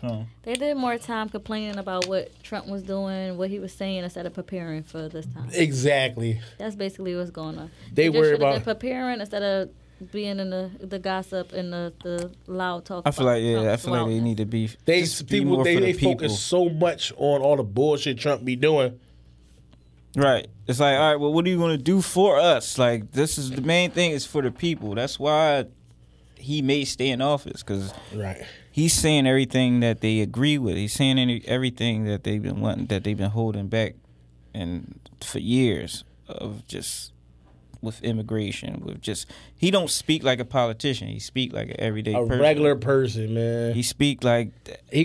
[SPEAKER 3] No.
[SPEAKER 4] They did more time complaining about what Trump was doing, what he was saying, instead of preparing for this time.
[SPEAKER 2] Exactly.
[SPEAKER 4] That's basically what's going on.
[SPEAKER 2] They
[SPEAKER 4] just
[SPEAKER 2] worry
[SPEAKER 4] should've
[SPEAKER 2] about-
[SPEAKER 4] been preparing instead of being in the the gossip and the, the loud talk.
[SPEAKER 3] I feel
[SPEAKER 4] about
[SPEAKER 3] like yeah, I
[SPEAKER 4] Trump's
[SPEAKER 3] feel like they
[SPEAKER 4] wildness.
[SPEAKER 3] need to be
[SPEAKER 2] They
[SPEAKER 3] just be
[SPEAKER 2] people
[SPEAKER 3] more
[SPEAKER 2] they,
[SPEAKER 3] for the
[SPEAKER 2] they focus so much on all the bullshit Trump be doing.
[SPEAKER 3] Right. It's like, all right, well, what are you going to do for us? Like, this is the main thing is for the people. That's why he may stay in office because
[SPEAKER 2] Right.
[SPEAKER 3] he's saying everything that they agree with. He's saying any, everything that they've been wanting, that they've been holding back, and for years of just with immigration, with just he don't speak like a politician. He speak like an everyday
[SPEAKER 2] A
[SPEAKER 3] person.
[SPEAKER 2] regular person, man.
[SPEAKER 3] He
[SPEAKER 2] He,
[SPEAKER 3] speak like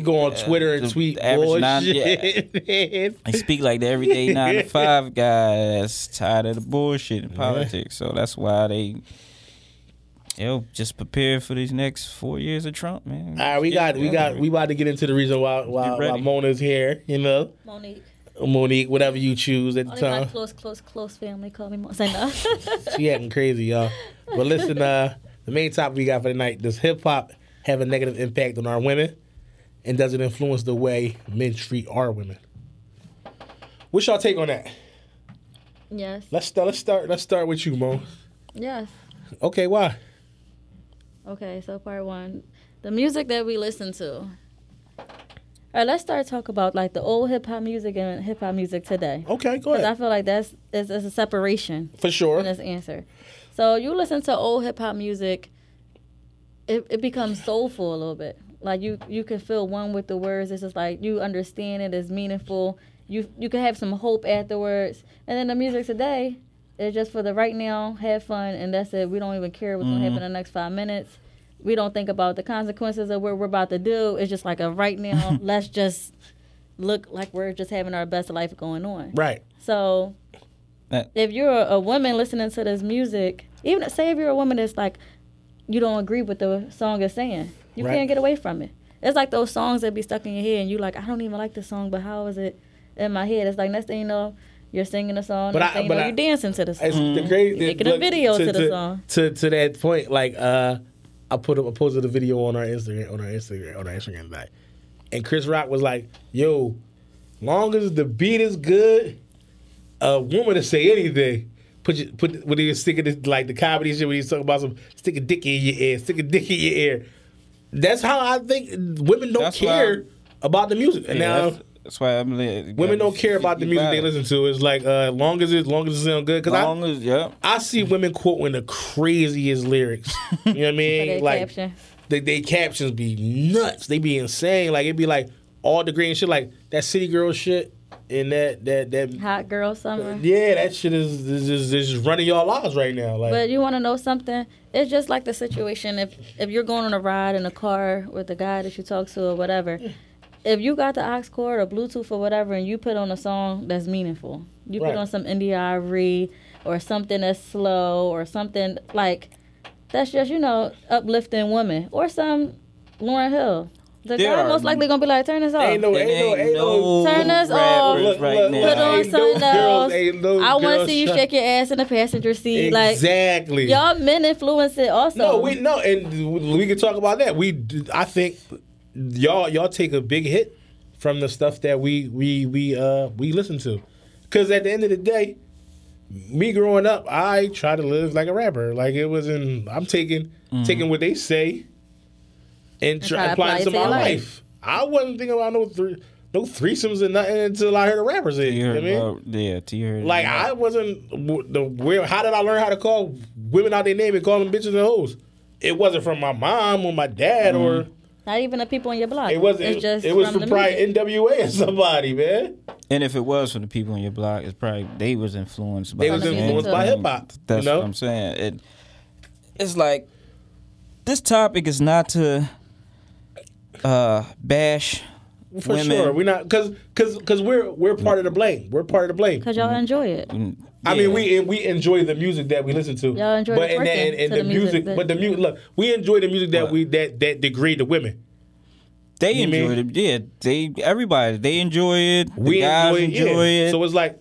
[SPEAKER 2] go on Twitter and
[SPEAKER 3] the-
[SPEAKER 2] tweet
[SPEAKER 3] the average non-
[SPEAKER 2] bullshit. *laughs* man.
[SPEAKER 3] He speak like the everyday nine
[SPEAKER 2] *laughs*
[SPEAKER 3] to five guy that's tired of the bullshit in politics. So that's why they, yo, just prepare for these next four years of Trump, man.
[SPEAKER 2] All right, we got we got we about to get into the reason why why,
[SPEAKER 3] Get
[SPEAKER 2] why
[SPEAKER 3] ready.
[SPEAKER 2] Mona's here. You know,
[SPEAKER 4] Monique.
[SPEAKER 2] Monique, whatever you choose at the
[SPEAKER 4] Only my
[SPEAKER 2] time.
[SPEAKER 4] close, close, close family call me Mon. Say no. *laughs*
[SPEAKER 2] She acting crazy, y'all. But listen, uh, the main topic we got for tonight: Does hip hop have a negative impact on our women, and does it influence the way men treat our women? What's y'all take on that?
[SPEAKER 4] yes.
[SPEAKER 2] Let's start. Let's start. Let's start with you, Mo.
[SPEAKER 4] Yes.
[SPEAKER 2] Okay, why?
[SPEAKER 4] Okay, so part one, the music that we listen to. All right, let's start talk about like the old hip hop music and hip hop music today.
[SPEAKER 2] Okay, go
[SPEAKER 4] Because I
[SPEAKER 2] ahead.
[SPEAKER 4] feel like that's is, is a separation
[SPEAKER 2] For
[SPEAKER 4] in
[SPEAKER 2] sure.
[SPEAKER 4] this answer. So you listen to old hip hop music, it, it becomes soulful a little bit. Like you you can feel one with the words. It's just like you understand it is meaningful. You you can have some hope afterwards. And then the music today is just for the right now, have fun, and that's it. We don't even care what's gonna happen in the next five minutes. We don't think about the consequences of what we're about to do. It's just like a right now. let's just look like we're just having our best life going on.
[SPEAKER 2] Right.
[SPEAKER 4] So
[SPEAKER 3] That-
[SPEAKER 4] if you're a, a woman listening to this music, even say if you're a woman that's like you don't agree with the song is saying, you
[SPEAKER 2] Right.
[SPEAKER 4] can't get away from it. It's like those songs that be stuck in your head and you like, I don't even like this song, but how is it in my head? It's like next thing you know, you're singing the song,
[SPEAKER 2] But
[SPEAKER 4] next
[SPEAKER 2] I-
[SPEAKER 4] thing you
[SPEAKER 2] but
[SPEAKER 4] know,
[SPEAKER 2] I-
[SPEAKER 4] you're dancing to the song.
[SPEAKER 2] It's the great.
[SPEAKER 4] Mm-hmm. Making a
[SPEAKER 2] look,
[SPEAKER 4] video to the
[SPEAKER 2] to,
[SPEAKER 4] song.
[SPEAKER 2] To, to that point, like uh, I put up, I posted a video on our Instagram, on our Instagram, on our Instagram tonight, and Chris Rock was like, "Yo, long as the beat is good, a woman to say anything." Put your, put when he was sticking this, like the comedy shit when he was talking about some stick a dick in your ear, stick a dick in your ear. That's how I think women don't
[SPEAKER 3] That's why-
[SPEAKER 2] care about the music. And
[SPEAKER 3] Yeah,
[SPEAKER 2] now
[SPEAKER 3] that's, that's why I'm. li-
[SPEAKER 2] women don't care about the music they listen to. It's like uh, long as it long as it sounds good. Cause I,
[SPEAKER 3] Long as yeah,
[SPEAKER 2] I see women quoting the craziest lyrics. You know what I mean?
[SPEAKER 4] *laughs* They
[SPEAKER 2] like
[SPEAKER 4] caption.
[SPEAKER 2] they, they captions be nuts. They be insane. Like it'd be like all the green shit, like that city girl shit and that that that
[SPEAKER 4] Hot girl summer.
[SPEAKER 2] yeah, that shit is is, is, is running y'all lives right now. Like
[SPEAKER 4] But you want to know something? It's just like the situation if if you're going on a ride in a car with the guy that you talk to or whatever. If you got the aux cord or Bluetooth or whatever, and you put on a song that's meaningful, you
[SPEAKER 2] Right.
[SPEAKER 4] put on some NDIRE E or something that's slow or something like that's just you know uplifting women or some Lauren Hill. The
[SPEAKER 3] There
[SPEAKER 4] guy
[SPEAKER 3] are-
[SPEAKER 4] most likely gonna be like, "Turn this off."
[SPEAKER 2] ain't no
[SPEAKER 3] There
[SPEAKER 2] ain't no
[SPEAKER 3] ain't
[SPEAKER 2] ain't no,
[SPEAKER 3] no
[SPEAKER 4] Turn
[SPEAKER 3] rappers
[SPEAKER 4] us off.
[SPEAKER 3] right
[SPEAKER 2] Look,
[SPEAKER 3] now.
[SPEAKER 2] look,
[SPEAKER 4] put on
[SPEAKER 2] ain't no
[SPEAKER 4] something
[SPEAKER 2] girls-
[SPEAKER 4] else.
[SPEAKER 2] ain't no
[SPEAKER 4] I want to
[SPEAKER 2] girls
[SPEAKER 4] see you
[SPEAKER 2] try-
[SPEAKER 4] shake your ass in the passenger seat.
[SPEAKER 2] Exactly.
[SPEAKER 4] Like y'all men influence it also.
[SPEAKER 2] No, we no, and we can talk about that. We, I think, y'all y'all take a big hit from the stuff that we we we uh we listen to, because at the end of the day, me growing up, I try to live like a rapper. Like it was in, I'm taking taking what they say, and
[SPEAKER 4] try
[SPEAKER 2] try
[SPEAKER 4] to
[SPEAKER 2] applying
[SPEAKER 4] apply
[SPEAKER 2] it
[SPEAKER 4] it
[SPEAKER 2] to
[SPEAKER 4] to
[SPEAKER 2] my
[SPEAKER 4] your
[SPEAKER 2] life.
[SPEAKER 4] life.
[SPEAKER 2] I wasn't thinking about no three, no threesomes and nothing until I heard a rapper say. it.
[SPEAKER 3] You
[SPEAKER 2] You know
[SPEAKER 3] heard
[SPEAKER 2] what I mean?
[SPEAKER 3] about- yeah, to your
[SPEAKER 2] Like I wasn't w- the where. How did I learn how to call women out their name and call them bitches and hoes? It wasn't from my mom or my dad or
[SPEAKER 3] Mm-hmm.
[SPEAKER 4] Not even the people on your block.
[SPEAKER 2] it wasn't.
[SPEAKER 4] It's just
[SPEAKER 2] it was
[SPEAKER 4] from
[SPEAKER 2] from
[SPEAKER 4] the
[SPEAKER 2] probably
[SPEAKER 4] music.
[SPEAKER 2] NWA or somebody, man.
[SPEAKER 3] and if it was for the people on your block, it's probably they was influenced. by
[SPEAKER 2] They
[SPEAKER 3] the
[SPEAKER 2] was
[SPEAKER 4] the music
[SPEAKER 2] influenced
[SPEAKER 4] too.
[SPEAKER 2] by
[SPEAKER 4] I
[SPEAKER 2] hip
[SPEAKER 4] mean,
[SPEAKER 2] hop. You
[SPEAKER 3] That's what
[SPEAKER 2] know,
[SPEAKER 3] I'm saying. It, it's like this topic is not to uh, bash
[SPEAKER 2] for
[SPEAKER 3] women.
[SPEAKER 2] sure. We're not because because because we're we're part of the blame. We're part of the blame.
[SPEAKER 4] Cause y'all enjoy it.
[SPEAKER 2] I mean,
[SPEAKER 3] Yeah.
[SPEAKER 2] we and we enjoy the music that we listen to.
[SPEAKER 4] Y'all enjoy
[SPEAKER 2] but
[SPEAKER 4] the
[SPEAKER 2] and,
[SPEAKER 4] twerking
[SPEAKER 2] and, and
[SPEAKER 4] to
[SPEAKER 2] the
[SPEAKER 4] the music
[SPEAKER 2] music,
[SPEAKER 4] that-
[SPEAKER 2] but the music. Look, we enjoy the music that we that that degrade the women.
[SPEAKER 3] they
[SPEAKER 2] You mean-
[SPEAKER 3] enjoy it. Yeah, they everybody they enjoy it. The
[SPEAKER 2] We
[SPEAKER 3] guys
[SPEAKER 2] enjoy,
[SPEAKER 3] enjoy,
[SPEAKER 2] yeah.
[SPEAKER 3] it.
[SPEAKER 2] So it's like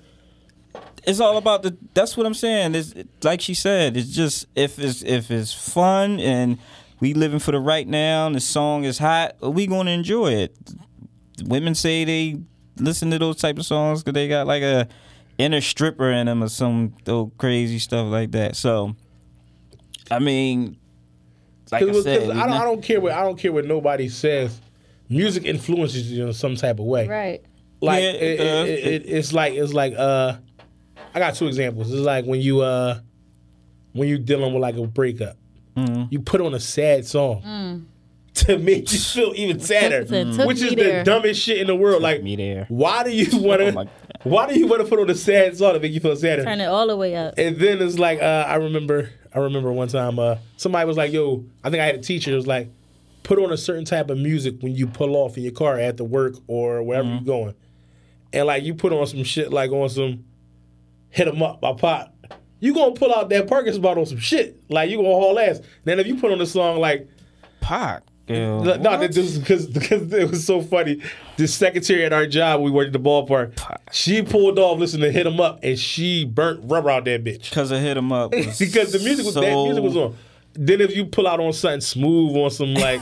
[SPEAKER 3] it's all about the. That's what I'm saying. It's like she said. It's just if it's if it's fun and We living for the right now. And the song is hot. We gonna enjoy it. Women say they listen to those type of songs because they got like a inner stripper in them or some old crazy stuff like that. So, I mean, like I
[SPEAKER 2] Cause,
[SPEAKER 3] said,
[SPEAKER 2] 'cause
[SPEAKER 3] it's
[SPEAKER 2] I, don't,
[SPEAKER 3] not-
[SPEAKER 2] I don't care what I don't care what nobody says. Music influences you in some type of way.
[SPEAKER 4] Right.
[SPEAKER 2] Like
[SPEAKER 3] Yeah,
[SPEAKER 2] it,
[SPEAKER 3] it
[SPEAKER 2] it,
[SPEAKER 3] does.
[SPEAKER 2] it, it- it's like it's like uh, I got two examples. It's like when you uh, when you dealing with like a breakup,
[SPEAKER 3] Mm-hmm.
[SPEAKER 2] you put on a sad song. *laughs* To make you feel even sadder,
[SPEAKER 4] It Mm. took
[SPEAKER 2] which
[SPEAKER 4] me
[SPEAKER 2] is the
[SPEAKER 4] there.
[SPEAKER 2] dumbest shit in the world. Like,
[SPEAKER 3] me there.
[SPEAKER 2] why
[SPEAKER 3] *laughs*
[SPEAKER 2] do you want
[SPEAKER 3] Oh
[SPEAKER 2] to?
[SPEAKER 3] my God.
[SPEAKER 2] why do you want to put on a sad song to make you feel sadder?
[SPEAKER 4] Turn it all the way up.
[SPEAKER 2] And then it's like uh, I remember, I remember one time uh, somebody was like, "Yo, I think I had a teacher. It was like, put on a certain type of music when you pull off in your car at the work or wherever you're going, and like you put on some shit like on some hit 'em up by Pop. You gonna pull out that parking spot on some shit like you gonna haul ass. Then if you put on a song like
[SPEAKER 3] Pac. Yo,
[SPEAKER 2] no, no,
[SPEAKER 3] what?
[SPEAKER 2] that just because because it was so funny. The secretary at our job, we worked at the ballpark. She pulled off, listening to hit 'em up, and she burnt rubber out that bitch.
[SPEAKER 3] Cause I hit him up
[SPEAKER 2] *laughs*
[SPEAKER 3] was
[SPEAKER 2] because the music was
[SPEAKER 3] so,
[SPEAKER 2] that music was on. Then if you pull out on something smooth on some like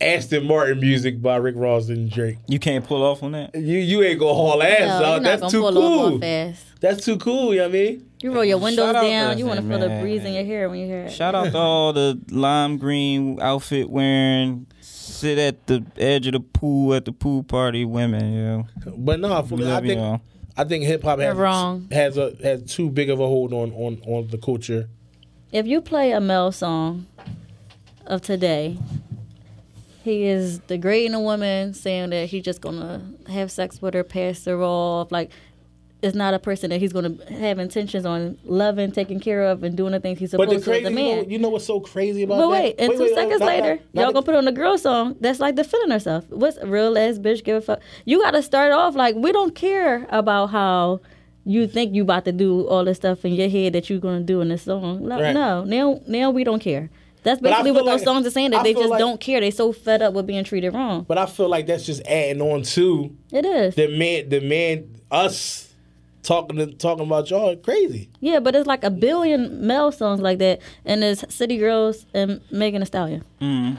[SPEAKER 2] Aston Martin music by Rick Ross and Drake,
[SPEAKER 3] You can't pull off on that.
[SPEAKER 2] you you ain't gonna haul ass
[SPEAKER 4] No, you're
[SPEAKER 2] out.
[SPEAKER 4] not
[SPEAKER 2] That's
[SPEAKER 4] gonna
[SPEAKER 2] too
[SPEAKER 4] pull off
[SPEAKER 2] cool.
[SPEAKER 4] on fast.
[SPEAKER 2] That's too cool. You know what I mean?
[SPEAKER 4] You roll your windows
[SPEAKER 3] Shout out
[SPEAKER 4] down.
[SPEAKER 3] to
[SPEAKER 4] You want to
[SPEAKER 3] them,
[SPEAKER 4] feel the
[SPEAKER 3] man.
[SPEAKER 4] breeze in your hair when you hear it.
[SPEAKER 3] Shout out to all the lime green outfit wearing, sit at the edge of the pool at the pool party women. Yo,
[SPEAKER 2] But no, for,
[SPEAKER 3] We
[SPEAKER 2] I
[SPEAKER 3] love
[SPEAKER 2] think
[SPEAKER 3] y'all.
[SPEAKER 2] I think hip hop
[SPEAKER 4] You're
[SPEAKER 2] has
[SPEAKER 4] wrong.
[SPEAKER 2] has a has too big of a hold on on on the culture.
[SPEAKER 4] If you play a Mel song of today, he is degrading a woman, saying that he's just gonna have sex with her, pass her off. Like, it's not a person that he's gonna have intentions on loving, taking care of, and doing the things he's
[SPEAKER 2] But
[SPEAKER 4] supposed
[SPEAKER 2] the
[SPEAKER 4] to as
[SPEAKER 2] crazy,
[SPEAKER 4] a
[SPEAKER 2] you know,
[SPEAKER 4] man.
[SPEAKER 2] you know what's so crazy about
[SPEAKER 4] But
[SPEAKER 2] that?
[SPEAKER 4] wait, and two
[SPEAKER 2] wait, uh,
[SPEAKER 4] seconds
[SPEAKER 2] not- not-
[SPEAKER 4] later,
[SPEAKER 2] not
[SPEAKER 4] y'all
[SPEAKER 2] the-
[SPEAKER 4] gonna put on a girl song that's like defending herself. What's a real ass bitch give a fuck? You gotta start off like we don't care about how you think you about to do all this stuff in your head that you're gonna do in this song. No,
[SPEAKER 2] Right.
[SPEAKER 4] no, now now we don't care. That's
[SPEAKER 2] I
[SPEAKER 4] basically
[SPEAKER 2] feel
[SPEAKER 4] what those
[SPEAKER 2] like-
[SPEAKER 4] songs are saying that
[SPEAKER 2] I
[SPEAKER 4] they
[SPEAKER 2] feel
[SPEAKER 4] just
[SPEAKER 2] like-
[SPEAKER 4] don't care. They so fed up with being treated wrong.
[SPEAKER 2] But I feel like that's just adding on to
[SPEAKER 4] It is.
[SPEAKER 2] the man, the man, us talking to, talking about y'all crazy.
[SPEAKER 4] Yeah, but it's like a billion male songs like that, and it's City Girls and Megan Thee Stallion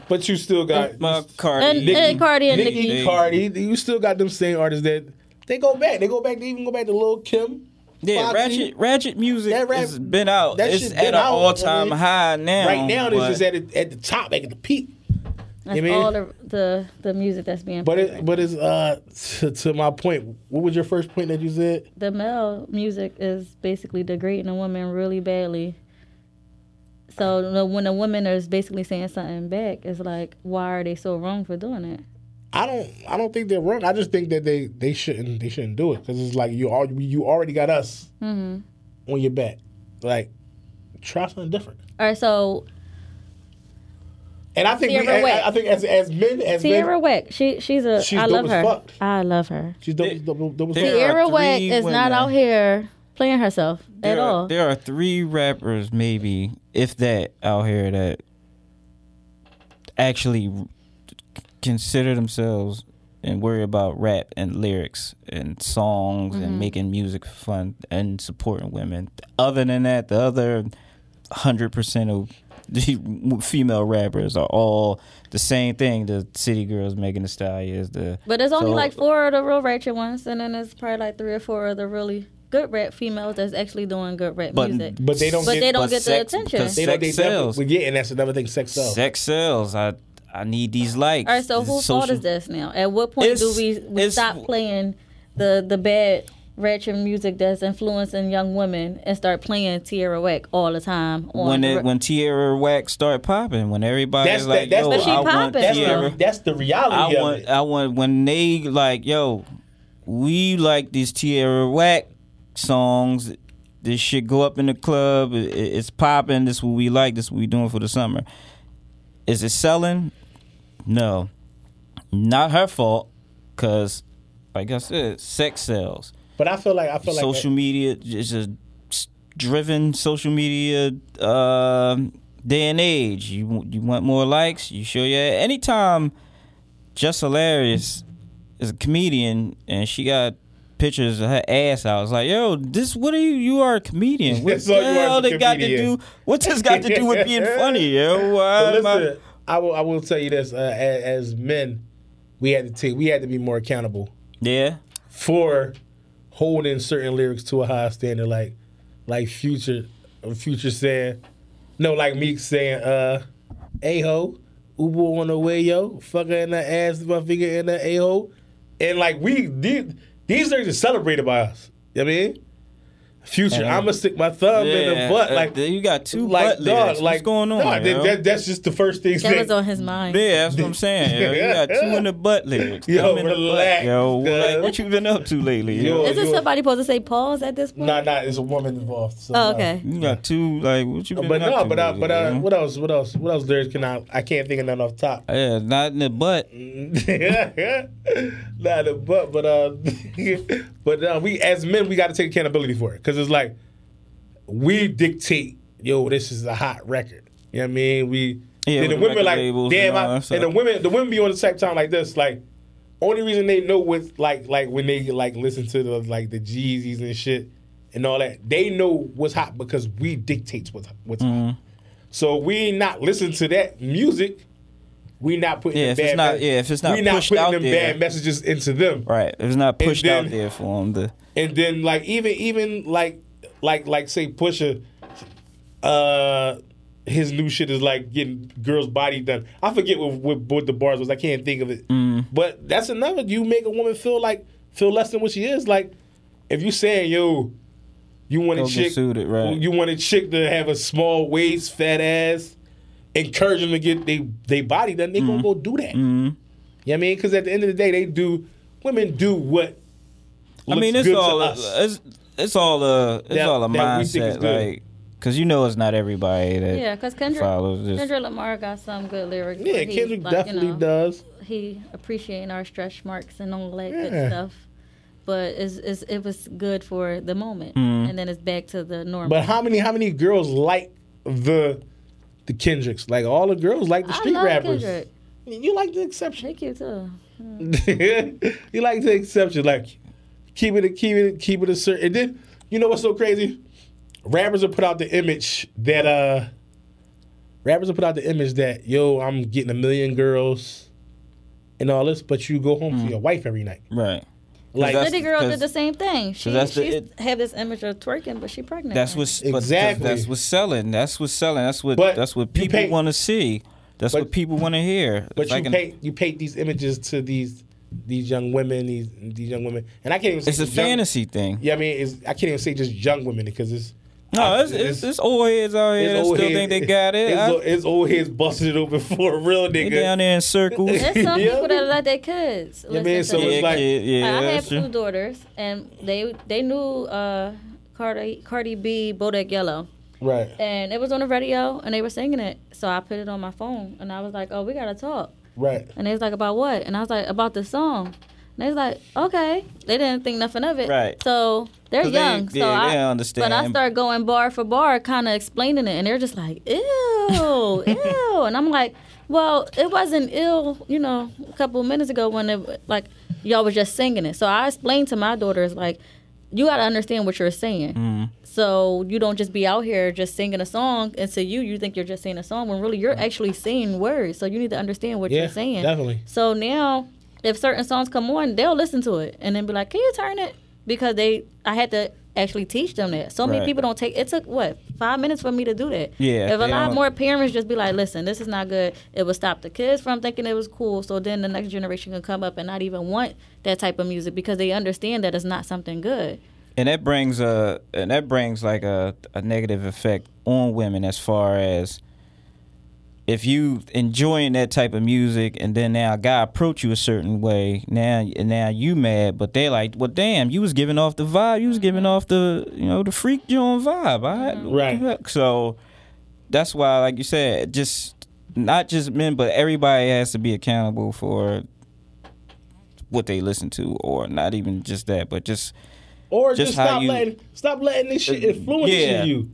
[SPEAKER 2] But you still got
[SPEAKER 3] my Cardi.
[SPEAKER 4] and, and Cardi and
[SPEAKER 2] Nicki,
[SPEAKER 4] Nicki.
[SPEAKER 2] Cardi. You still got them same artists that they go back. They go back. They even go back to Lil Kim.
[SPEAKER 3] yeah,
[SPEAKER 2] Foxy.
[SPEAKER 3] ratchet, ratchet music
[SPEAKER 2] That rap-
[SPEAKER 3] has been out.
[SPEAKER 2] that
[SPEAKER 3] It's
[SPEAKER 2] shit
[SPEAKER 3] at
[SPEAKER 2] been
[SPEAKER 3] an
[SPEAKER 2] out,
[SPEAKER 3] all time
[SPEAKER 2] I mean,
[SPEAKER 3] high now.
[SPEAKER 2] Right now, it's
[SPEAKER 3] but-
[SPEAKER 2] just at the, at the top, like at the peak.
[SPEAKER 4] That's
[SPEAKER 2] You mean-
[SPEAKER 4] all the, the the music that's being.
[SPEAKER 2] But
[SPEAKER 4] played
[SPEAKER 2] it, but it's uh to, to my point. What was your first point that you said?
[SPEAKER 4] the male music is basically degrading a woman really badly. So the- when a woman is basically saying something back, it's like, why are they so wrong for doing it?
[SPEAKER 2] I don't I don't think they're wrong. I just think that they they shouldn't they shouldn't do it because it's like you all you already got us on your back. Like try something different.
[SPEAKER 4] All right, so
[SPEAKER 2] And I think we,
[SPEAKER 4] Tierra Whack.
[SPEAKER 2] I, I think as as men as
[SPEAKER 4] Tierra
[SPEAKER 2] men,
[SPEAKER 4] Whack, she she's a I
[SPEAKER 2] She's dope
[SPEAKER 4] love
[SPEAKER 2] as
[SPEAKER 4] her.
[SPEAKER 2] fuck.
[SPEAKER 4] I love her.
[SPEAKER 2] she's double, double, double
[SPEAKER 3] There are
[SPEAKER 4] Tierra Whack
[SPEAKER 3] three
[SPEAKER 4] is not
[SPEAKER 3] women.
[SPEAKER 4] out here playing herself
[SPEAKER 3] there
[SPEAKER 4] at
[SPEAKER 3] are,
[SPEAKER 4] all.
[SPEAKER 3] There are three rappers, maybe if that, out here that actually consider themselves and worry about rap and lyrics and songs
[SPEAKER 4] Mm-hmm.
[SPEAKER 3] and making music for fun and supporting women. Other than that, the other hundred percent of *laughs* the female rappers are all the same thing. The city girls making the style is the
[SPEAKER 4] But there's only
[SPEAKER 3] So-
[SPEAKER 4] like four of the real ratchet ones, and then there's probably like three or four of the really good rap females that's actually doing good rap
[SPEAKER 3] But-
[SPEAKER 4] music.
[SPEAKER 2] But they don't
[SPEAKER 4] But
[SPEAKER 2] get
[SPEAKER 4] they don't
[SPEAKER 3] but
[SPEAKER 4] get the
[SPEAKER 3] sex-
[SPEAKER 4] attention.
[SPEAKER 3] because
[SPEAKER 2] they don't
[SPEAKER 3] sex
[SPEAKER 2] they definitely-
[SPEAKER 3] sells.
[SPEAKER 2] Well, yeah, and that's another thing. Sex sells.
[SPEAKER 3] Sex sells. I I need these likes.
[SPEAKER 4] All right, so whose fault
[SPEAKER 3] Social-
[SPEAKER 4] is this now? At what point do
[SPEAKER 3] It's-
[SPEAKER 4] we, we
[SPEAKER 3] it's-
[SPEAKER 4] stop playing the the bad ratchet music that's influencing young women and start playing Tierra Whack all the time? On
[SPEAKER 3] When
[SPEAKER 4] the
[SPEAKER 3] it
[SPEAKER 4] ra-
[SPEAKER 3] when Tierra Wax started popping, when everybody's
[SPEAKER 2] That's the-
[SPEAKER 3] like,
[SPEAKER 2] that's
[SPEAKER 3] yo,
[SPEAKER 2] the- But she
[SPEAKER 3] I want
[SPEAKER 4] popping,
[SPEAKER 2] that's,
[SPEAKER 3] Tierra.
[SPEAKER 2] the, that's the reality
[SPEAKER 3] I
[SPEAKER 2] of
[SPEAKER 3] want
[SPEAKER 2] it.
[SPEAKER 3] I want when they like, yo, we like these Tierra Whack songs. This shit go up in the club. i- i- It's popping. This what we like. This what we doing for the summer. Is it selling? No, not her fault. Cause, like I said, sex sells.
[SPEAKER 2] But I feel like I feel like
[SPEAKER 3] social media is a s- driven social media um day and age. You w- you want more likes? You sure? Yeah. Anytime, just hilarious is a comedian, and she got pictures of her ass out. It's like, yo, this what are you? You are a comedian. What
[SPEAKER 2] *laughs* That's all
[SPEAKER 3] the
[SPEAKER 2] you are is
[SPEAKER 3] hell
[SPEAKER 2] a
[SPEAKER 3] they got to
[SPEAKER 2] comedian.
[SPEAKER 3] do? What this got to
[SPEAKER 2] *laughs*
[SPEAKER 3] do with being funny, yo? Why
[SPEAKER 2] But
[SPEAKER 3] am I-
[SPEAKER 2] listen, I will. I will tell you this: uh, as, as men, we had to take. We had to be more accountable
[SPEAKER 3] Yeah,
[SPEAKER 2] for holding certain lyrics to a high standard, like like Future, uh, Future saying, no, like Meek saying, "Uh, a ho, Uber on the way, yo, fucker in the ass, my finger in the a ho," and like we these, these lyrics are celebrated by us. You know what I mean, Future, I'ma stick my thumb in
[SPEAKER 3] Uh-huh. yeah.
[SPEAKER 2] the butt,
[SPEAKER 3] uh,
[SPEAKER 2] like.
[SPEAKER 3] you got two
[SPEAKER 2] like
[SPEAKER 3] butt
[SPEAKER 2] dog,
[SPEAKER 3] lyrics.
[SPEAKER 2] like
[SPEAKER 3] What's going on?
[SPEAKER 2] nah, that-
[SPEAKER 3] yo?
[SPEAKER 2] that- that's just the first thing.
[SPEAKER 4] That was on his mind.
[SPEAKER 3] Yeah, that's what I'm saying. Yo. You got two in the butt
[SPEAKER 2] *laughs*
[SPEAKER 3] lyrics.
[SPEAKER 2] Yo,
[SPEAKER 3] Thumb in the butt.
[SPEAKER 2] relax,
[SPEAKER 3] Yo,
[SPEAKER 2] cuz.
[SPEAKER 3] what, what you been up to lately?
[SPEAKER 2] Yo.
[SPEAKER 3] Yo,
[SPEAKER 4] Isn't
[SPEAKER 2] you-
[SPEAKER 4] somebody supposed to say pause at this point?
[SPEAKER 2] Nah, nah, it's a woman involved. So
[SPEAKER 4] oh,
[SPEAKER 2] nah.
[SPEAKER 4] okay.
[SPEAKER 3] you got two like what you been
[SPEAKER 2] Uh, But
[SPEAKER 3] up
[SPEAKER 2] no,
[SPEAKER 3] to?
[SPEAKER 2] but I,
[SPEAKER 3] lately,
[SPEAKER 2] but I,
[SPEAKER 3] yo?
[SPEAKER 2] what else? What else? What else? Lyrics can I? I can't think of none off
[SPEAKER 3] *laughs*
[SPEAKER 2] top. *laughs*
[SPEAKER 3] yeah, not in the butt.
[SPEAKER 2] Mm. Not a but, but uh, *laughs* but uh, we as men we got to take accountability for it because it's like we dictate. Yo, this is a hot record. You know what I mean? We
[SPEAKER 3] Yeah,
[SPEAKER 2] then the women
[SPEAKER 3] with the record
[SPEAKER 2] like
[SPEAKER 3] labels
[SPEAKER 2] damn,
[SPEAKER 3] and all
[SPEAKER 2] I,
[SPEAKER 3] that stuff.
[SPEAKER 2] and the women the women be on the same time like this. Like only reason they know what like like when they like listen to the like the Jeezys and shit and all that, they know what's hot because we dictates what's what's
[SPEAKER 3] Mm-hmm.
[SPEAKER 2] hot. So we ain't not listen to that music. We not putting
[SPEAKER 3] Yeah,
[SPEAKER 2] them
[SPEAKER 3] if
[SPEAKER 2] bad
[SPEAKER 3] it's not-
[SPEAKER 2] mes-
[SPEAKER 3] yeah, if it's not
[SPEAKER 2] we not
[SPEAKER 3] pushed
[SPEAKER 2] putting
[SPEAKER 3] out
[SPEAKER 2] them
[SPEAKER 3] there.
[SPEAKER 2] bad messages into them.
[SPEAKER 3] Right, it was not pushed
[SPEAKER 2] then-
[SPEAKER 3] out there for him. The
[SPEAKER 2] And then like even even like like like say Pusha, uh, his new shit is like getting girls' body done. I forget what what, what the bars was. I can't think of it.
[SPEAKER 3] Mm.
[SPEAKER 2] But that's another. You make a woman feel like feel less than what she is. Like if you saying yo, you want a
[SPEAKER 3] Go get
[SPEAKER 2] chick,
[SPEAKER 3] suited, right.
[SPEAKER 2] you want a chick to have a small waist, fat ass. Encourage them to get they they body done. They
[SPEAKER 3] Mm.
[SPEAKER 2] gonna go do that. You know what I mean? Because at the end of the day, they do. Women do what.
[SPEAKER 3] I mean,
[SPEAKER 2] looks good
[SPEAKER 3] it's
[SPEAKER 2] to
[SPEAKER 3] all
[SPEAKER 2] us.
[SPEAKER 3] it's it's all a it's
[SPEAKER 2] That-
[SPEAKER 3] all a
[SPEAKER 2] that we think is
[SPEAKER 3] mindset,
[SPEAKER 2] good.
[SPEAKER 3] like because you know it's not everybody that
[SPEAKER 4] Yeah, because Kendrick,
[SPEAKER 3] follows this.
[SPEAKER 4] Kendrick Lamar got some good lyrics.
[SPEAKER 2] Yeah,
[SPEAKER 4] where he,
[SPEAKER 2] Kendrick
[SPEAKER 4] like, you
[SPEAKER 2] definitely
[SPEAKER 4] know,
[SPEAKER 2] does.
[SPEAKER 4] He appreciating our stretch marks and all that
[SPEAKER 2] Yeah.
[SPEAKER 4] good stuff. But it's, it's, it was good for the moment,
[SPEAKER 3] Hmm.
[SPEAKER 4] and then it's back to the normal.
[SPEAKER 2] But how many how many girls like the the Kendricks? Like all the girls like the
[SPEAKER 4] I
[SPEAKER 2] street
[SPEAKER 4] love
[SPEAKER 2] rappers.
[SPEAKER 4] Kendrick.
[SPEAKER 2] You like the exception.
[SPEAKER 4] He cute too.
[SPEAKER 2] *laughs* you like the exception. Like keep it keep it keep it a certain and then you know what's so crazy? Rappers will put out the image that uh rappers will put out the image that yo, I'm getting a million girls and all this, but you go home to your wife every night.
[SPEAKER 3] right.
[SPEAKER 2] Like
[SPEAKER 3] Mm. that's-
[SPEAKER 4] City Girl did
[SPEAKER 3] 'cause-
[SPEAKER 4] the same thing. She
[SPEAKER 3] that's the-
[SPEAKER 4] she
[SPEAKER 3] it-
[SPEAKER 4] had this image of twerking, but she pregnant.
[SPEAKER 3] That's
[SPEAKER 4] now.
[SPEAKER 3] what's but
[SPEAKER 2] Exactly.
[SPEAKER 3] That's what's selling. That's what's selling. That's what
[SPEAKER 2] But
[SPEAKER 3] that's what
[SPEAKER 2] you
[SPEAKER 3] people
[SPEAKER 2] pay-
[SPEAKER 3] want to see. That's
[SPEAKER 2] but-
[SPEAKER 3] what people want to hear.
[SPEAKER 2] But
[SPEAKER 3] It's like
[SPEAKER 2] you
[SPEAKER 3] an-
[SPEAKER 2] paint you paint these images to these these young women, these these young women, and I can't even. Say
[SPEAKER 3] It's a
[SPEAKER 2] just young-
[SPEAKER 3] fantasy thing.
[SPEAKER 2] Yeah, I mean, it's, I can't even say just young women because it's
[SPEAKER 3] No, it's, it's, it's old heads out here that
[SPEAKER 2] old
[SPEAKER 3] still
[SPEAKER 2] head-
[SPEAKER 3] think they got it.
[SPEAKER 2] It's,
[SPEAKER 3] I,
[SPEAKER 2] old- it's old heads busting it open *laughs* for a real
[SPEAKER 3] they
[SPEAKER 2] nigga.
[SPEAKER 3] down there in circles.
[SPEAKER 4] There's
[SPEAKER 3] *laughs*
[SPEAKER 4] some
[SPEAKER 2] Yeah.
[SPEAKER 4] people that let their kids.
[SPEAKER 2] You know what I
[SPEAKER 4] listen
[SPEAKER 2] mean? So
[SPEAKER 4] to this.
[SPEAKER 2] it's like
[SPEAKER 3] kid, yeah,
[SPEAKER 4] I have
[SPEAKER 3] that's
[SPEAKER 4] two
[SPEAKER 3] true.
[SPEAKER 4] daughters, and they they knew uh, Cardi Cardi B, Bodak Yellow,
[SPEAKER 2] right.
[SPEAKER 4] and it was on the radio, and they were singing it. So I put it on my phone, and I was like, "Oh, we gotta talk."
[SPEAKER 2] Right.
[SPEAKER 4] And they was like, "About what?" And I was like, "About the song." And they was like, "Okay." They didn't think nothing of it.
[SPEAKER 3] Right.
[SPEAKER 4] So they're
[SPEAKER 3] 'Cause they-
[SPEAKER 4] young. so
[SPEAKER 3] yeah,
[SPEAKER 4] I
[SPEAKER 3] they understand.
[SPEAKER 4] But I start going bar for bar, kind of explaining it, and they're just like, "Ew,
[SPEAKER 3] *laughs*
[SPEAKER 4] ew," and I'm like, "Well, it wasn't ill, you know, a couple minutes ago when it like y'all was just singing it." So I explained to my daughters like. You gotta understand what you're saying,
[SPEAKER 3] Mm-hmm.
[SPEAKER 4] so you don't just be out here just singing a song. And to you, you think you're just singing a song when really you're
[SPEAKER 3] Mm-hmm.
[SPEAKER 4] actually saying words. So you need to understand what
[SPEAKER 2] Yeah,
[SPEAKER 4] you're saying.
[SPEAKER 2] definitely.
[SPEAKER 4] So now, if certain songs come on, they'll listen to it and then be like, "Can you turn it?" Because they, I had to actually teach them that. So many
[SPEAKER 3] Right.
[SPEAKER 4] people don't take. It took what five minutes for me to do that.
[SPEAKER 3] Yeah,
[SPEAKER 4] If a
[SPEAKER 3] they
[SPEAKER 4] lot
[SPEAKER 3] don't-
[SPEAKER 4] more parents just be like, "Listen, this is not good," it would stop the kids from thinking it was cool. So then the next generation can come up and not even want that type of music because they understand that it's not something good.
[SPEAKER 3] and that brings a and that brings like a, a negative effect on women as far as if you enjoying that type of music and then now a guy approach you a certain way now and now you mad but they like well damn you was giving off the vibe you was giving off the you know the freak joint vibe I,
[SPEAKER 2] Mhm. Right.
[SPEAKER 3] so that's why like you said just not just men but everybody has to be accountable for what they listen to or not even just that but just
[SPEAKER 2] Or just,
[SPEAKER 3] Just how
[SPEAKER 2] stop
[SPEAKER 3] you- Uh,
[SPEAKER 2] letting stop letting this shit influence
[SPEAKER 3] Yeah.
[SPEAKER 2] you.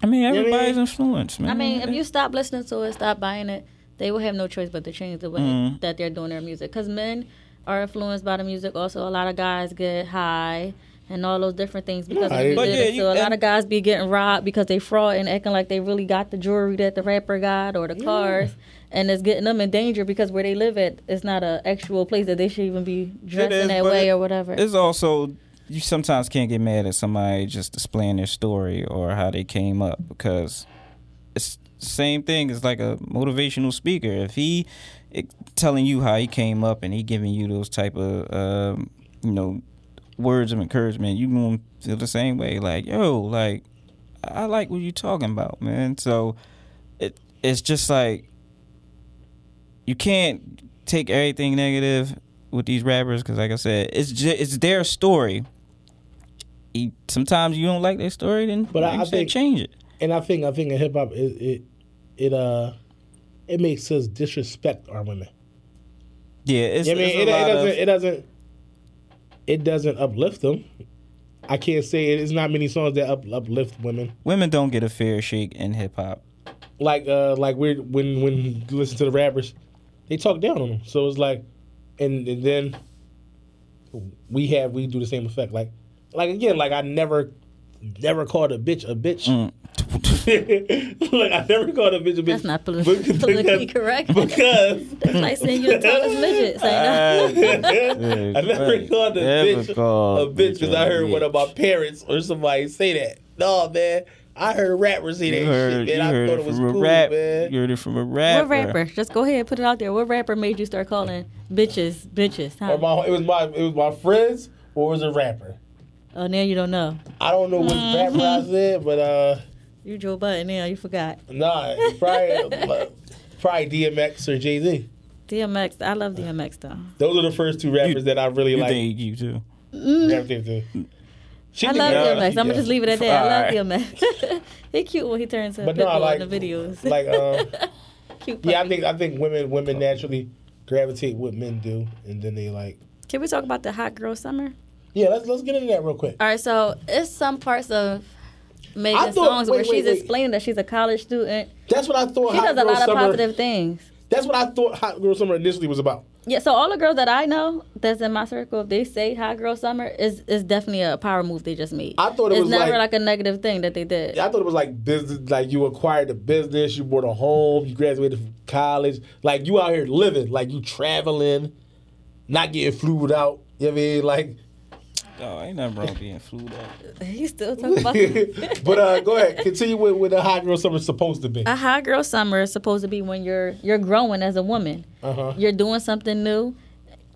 [SPEAKER 3] I mean,
[SPEAKER 2] what I mean?
[SPEAKER 3] everybody's influenced, man.
[SPEAKER 4] I mean, if you stop
[SPEAKER 3] Mm-hmm.
[SPEAKER 4] listening to it, stop buying it, they will have no choice but to change the way that they're doing their music. Because men, are influenced by the music. Also, a lot of guys get high and all those different things because
[SPEAKER 6] I-
[SPEAKER 4] of music.
[SPEAKER 6] But
[SPEAKER 3] yeah, you-
[SPEAKER 4] so a lot
[SPEAKER 3] and-
[SPEAKER 4] of guys be getting robbed because they fraud and acting like they really got the jewelry that the rapper got or the cars. And it's getting them in danger because where they live at is not a actual place that they should even be dressed
[SPEAKER 3] is,
[SPEAKER 4] in that
[SPEAKER 3] but
[SPEAKER 4] way
[SPEAKER 3] it-
[SPEAKER 4] or whatever.
[SPEAKER 3] It's also you sometimes can't get mad at somebody just displaying their story or how they came up because it's same thing as like a motivational speaker. If he it, telling you how he came up and he giving you those type of um, you know words of encouragement, you gonna feel the same way. Like yo, like I like what you talking about, man. So it it's just like you can't take everything negative with these rappers because, like I said, it's ju- it's their story. E- Sometimes you don't like their story, then
[SPEAKER 2] But
[SPEAKER 3] like
[SPEAKER 2] I-
[SPEAKER 3] you
[SPEAKER 2] I
[SPEAKER 3] said,
[SPEAKER 2] think-
[SPEAKER 3] change it.
[SPEAKER 2] And I think I think in hip hop it, it it uh it makes us disrespect our women.
[SPEAKER 3] Yeah, it's,
[SPEAKER 2] I mean,
[SPEAKER 3] it's a
[SPEAKER 2] it, it
[SPEAKER 3] lot
[SPEAKER 2] doesn't.
[SPEAKER 3] of-
[SPEAKER 2] It doesn't. It doesn't uplift them. I can't say it. It's not many songs that up, uplift women.
[SPEAKER 3] women don't get a fair shake in
[SPEAKER 2] *laughs*
[SPEAKER 3] hip hop.
[SPEAKER 2] Like uh, like we're when when you listen to the rappers, they talk down on them. So it's like, and, and then we have we do the same effect. Like like again, like I never never called a bitch a bitch.
[SPEAKER 3] Mm.
[SPEAKER 2] *laughs* like I never called a bitch a bitch.
[SPEAKER 4] That's not polit-
[SPEAKER 2] because-
[SPEAKER 4] *laughs* politically correct.
[SPEAKER 2] *laughs* Because
[SPEAKER 3] *laughs*
[SPEAKER 4] It's like saying you're the tallest midget. It's like, no.
[SPEAKER 2] *laughs* I never called a
[SPEAKER 3] Never
[SPEAKER 2] bitch
[SPEAKER 3] called
[SPEAKER 2] a bitch because I heard
[SPEAKER 3] bitch.
[SPEAKER 2] one of my parents or somebody say that. No, man. I heard rappers say that
[SPEAKER 3] You heard,
[SPEAKER 2] shit,
[SPEAKER 3] you
[SPEAKER 2] man. I
[SPEAKER 3] heard
[SPEAKER 2] thought
[SPEAKER 3] it
[SPEAKER 2] it was
[SPEAKER 3] from a
[SPEAKER 2] cool,
[SPEAKER 3] rap.
[SPEAKER 2] man.
[SPEAKER 3] You heard it from a
[SPEAKER 4] What
[SPEAKER 3] rapper.
[SPEAKER 4] rapper? Just go ahead, put it out there. What rapper made you start calling bitches, bitches? Huh?
[SPEAKER 2] Or my, it was my it was my friends or it was a rapper.
[SPEAKER 4] oh, now you don't know.
[SPEAKER 2] I don't know which
[SPEAKER 4] Mm-hmm.
[SPEAKER 2] rapper I said, but uh,
[SPEAKER 4] You Joe Button now. You forgot.
[SPEAKER 2] nah, it's
[SPEAKER 4] *laughs*
[SPEAKER 2] probably probably DMX or Jay Z.
[SPEAKER 4] DMX. I love DMX though.
[SPEAKER 2] Those are the first two rappers that I really
[SPEAKER 3] You
[SPEAKER 2] like.
[SPEAKER 3] think
[SPEAKER 2] *laughs*
[SPEAKER 3] you too?
[SPEAKER 2] rap to. She
[SPEAKER 4] I
[SPEAKER 2] think-
[SPEAKER 4] love
[SPEAKER 2] nah,
[SPEAKER 4] DMX. I'm gonna
[SPEAKER 2] yeah.
[SPEAKER 4] just leave it at that. I
[SPEAKER 3] All
[SPEAKER 4] love DMX. *laughs* he cute when he turns to a
[SPEAKER 2] But
[SPEAKER 4] pitbull
[SPEAKER 2] no, like
[SPEAKER 4] in the videos.
[SPEAKER 2] like um.
[SPEAKER 4] *laughs* cute.
[SPEAKER 2] Yeah, I
[SPEAKER 4] puppy.
[SPEAKER 2] think I think women
[SPEAKER 3] Oh.
[SPEAKER 2] women naturally gravitate what men do, and then they like.
[SPEAKER 4] Can we talk about the hot girl summer?
[SPEAKER 2] Yeah, let's let's get into that real quick.
[SPEAKER 4] All right, so it's some parts of
[SPEAKER 2] I
[SPEAKER 4] Megan's
[SPEAKER 2] thought-
[SPEAKER 4] songs
[SPEAKER 2] wait,
[SPEAKER 4] where
[SPEAKER 2] wait,
[SPEAKER 4] she's
[SPEAKER 2] wait.
[SPEAKER 4] explaining that she's a college student.
[SPEAKER 2] That's what I thought.
[SPEAKER 4] She
[SPEAKER 2] Hot
[SPEAKER 4] does a
[SPEAKER 2] Girl
[SPEAKER 4] lot of
[SPEAKER 2] Summer-
[SPEAKER 4] positive things.
[SPEAKER 2] That's what I thought. Hot Girl Summer initially was about.
[SPEAKER 4] Yeah, so all the girls that I know that's in my circle, if they say "Hot Girl Summer," is is definitely a power move they just made.
[SPEAKER 2] I thought it
[SPEAKER 4] it's
[SPEAKER 2] was
[SPEAKER 4] never
[SPEAKER 2] like-
[SPEAKER 4] like, a negative thing that they did. *laughs*
[SPEAKER 2] I thought it was like business, like you acquired a business, you bought a home, you graduated from college, like you out here living, like you traveling, not getting flued out. You know what I mean? Like,
[SPEAKER 3] Oh, ain't nothing wrong with being flued up.
[SPEAKER 4] You still talking
[SPEAKER 2] *laughs*
[SPEAKER 4] about
[SPEAKER 2] but uh, go ahead, continue with what the Hot Girl Summer's supposed to be.
[SPEAKER 4] a hot girl summer is supposed to be when you're you're growing as a woman.
[SPEAKER 2] Uh-huh.
[SPEAKER 4] You're doing something new.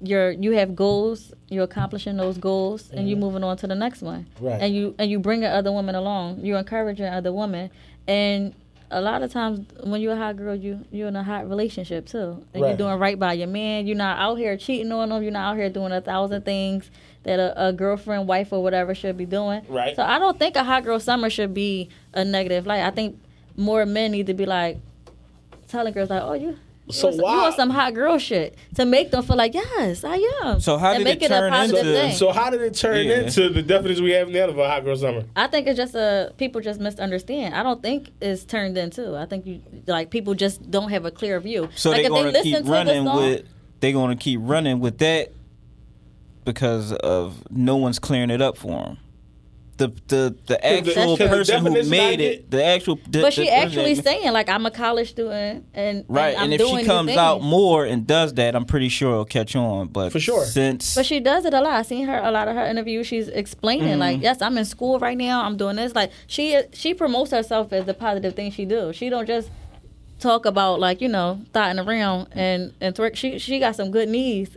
[SPEAKER 4] You're you have goals. You're accomplishing those goals, and you're moving on to the next one.
[SPEAKER 2] Mm-hmm. Right.
[SPEAKER 4] And you and you bringing other women along. You're encouraging other women, and a lot of times when you're a hot girl, you you're in a hot relationship too, and
[SPEAKER 2] Right.
[SPEAKER 4] you're doing right by your man. You're not out here cheating on him. You're not out here doing a thousand things that a, a girlfriend, wife, or whatever should be doing.
[SPEAKER 2] Right.
[SPEAKER 4] So I don't think a hot girl summer should be a negative. Like I think more men need to be like telling girls like, "Oh, you."
[SPEAKER 2] So
[SPEAKER 4] you want,
[SPEAKER 2] why-
[SPEAKER 4] you want some hot girl shit to make them feel like yes, I am.
[SPEAKER 3] So how
[SPEAKER 4] and
[SPEAKER 3] did it
[SPEAKER 4] make it, a
[SPEAKER 3] turn
[SPEAKER 4] positive
[SPEAKER 3] into-
[SPEAKER 4] thing.
[SPEAKER 2] so how did it turn
[SPEAKER 3] Yeah.
[SPEAKER 2] into the definition we have now of a Hot Girl Summer?
[SPEAKER 4] I think it's just uh, people just misunderstand. I don't think it's turned into. I think you like people just don't have a clear view.
[SPEAKER 3] So
[SPEAKER 4] like
[SPEAKER 3] they're gonna
[SPEAKER 4] listen
[SPEAKER 3] keep
[SPEAKER 4] the
[SPEAKER 3] running
[SPEAKER 4] song-
[SPEAKER 3] with they gonna keep running with that because of no one's clearing it up for them. The the the
[SPEAKER 2] the-
[SPEAKER 3] actual
[SPEAKER 2] 'cause the
[SPEAKER 3] person who
[SPEAKER 2] definition I
[SPEAKER 3] made
[SPEAKER 2] get-
[SPEAKER 3] it, the actual. the-
[SPEAKER 4] But
[SPEAKER 3] the
[SPEAKER 4] she
[SPEAKER 3] person
[SPEAKER 4] actually
[SPEAKER 3] that-
[SPEAKER 4] saying like I'm a college student and
[SPEAKER 3] right,
[SPEAKER 4] and, I'm
[SPEAKER 3] and if
[SPEAKER 4] doing
[SPEAKER 3] she
[SPEAKER 4] these
[SPEAKER 3] comes out
[SPEAKER 4] things.
[SPEAKER 3] more and does that, I'm pretty sure it'll catch on. But
[SPEAKER 2] For sure.
[SPEAKER 3] since
[SPEAKER 4] But she does it a lot. I seen her a lot of her interviews. She's explaining
[SPEAKER 2] Mm.
[SPEAKER 4] like, yes, I'm in school right now. I'm doing this. Like she she promotes herself as the positive thing she do. She don't just talk about like you know thotting around and and twerk. She she got some good knees.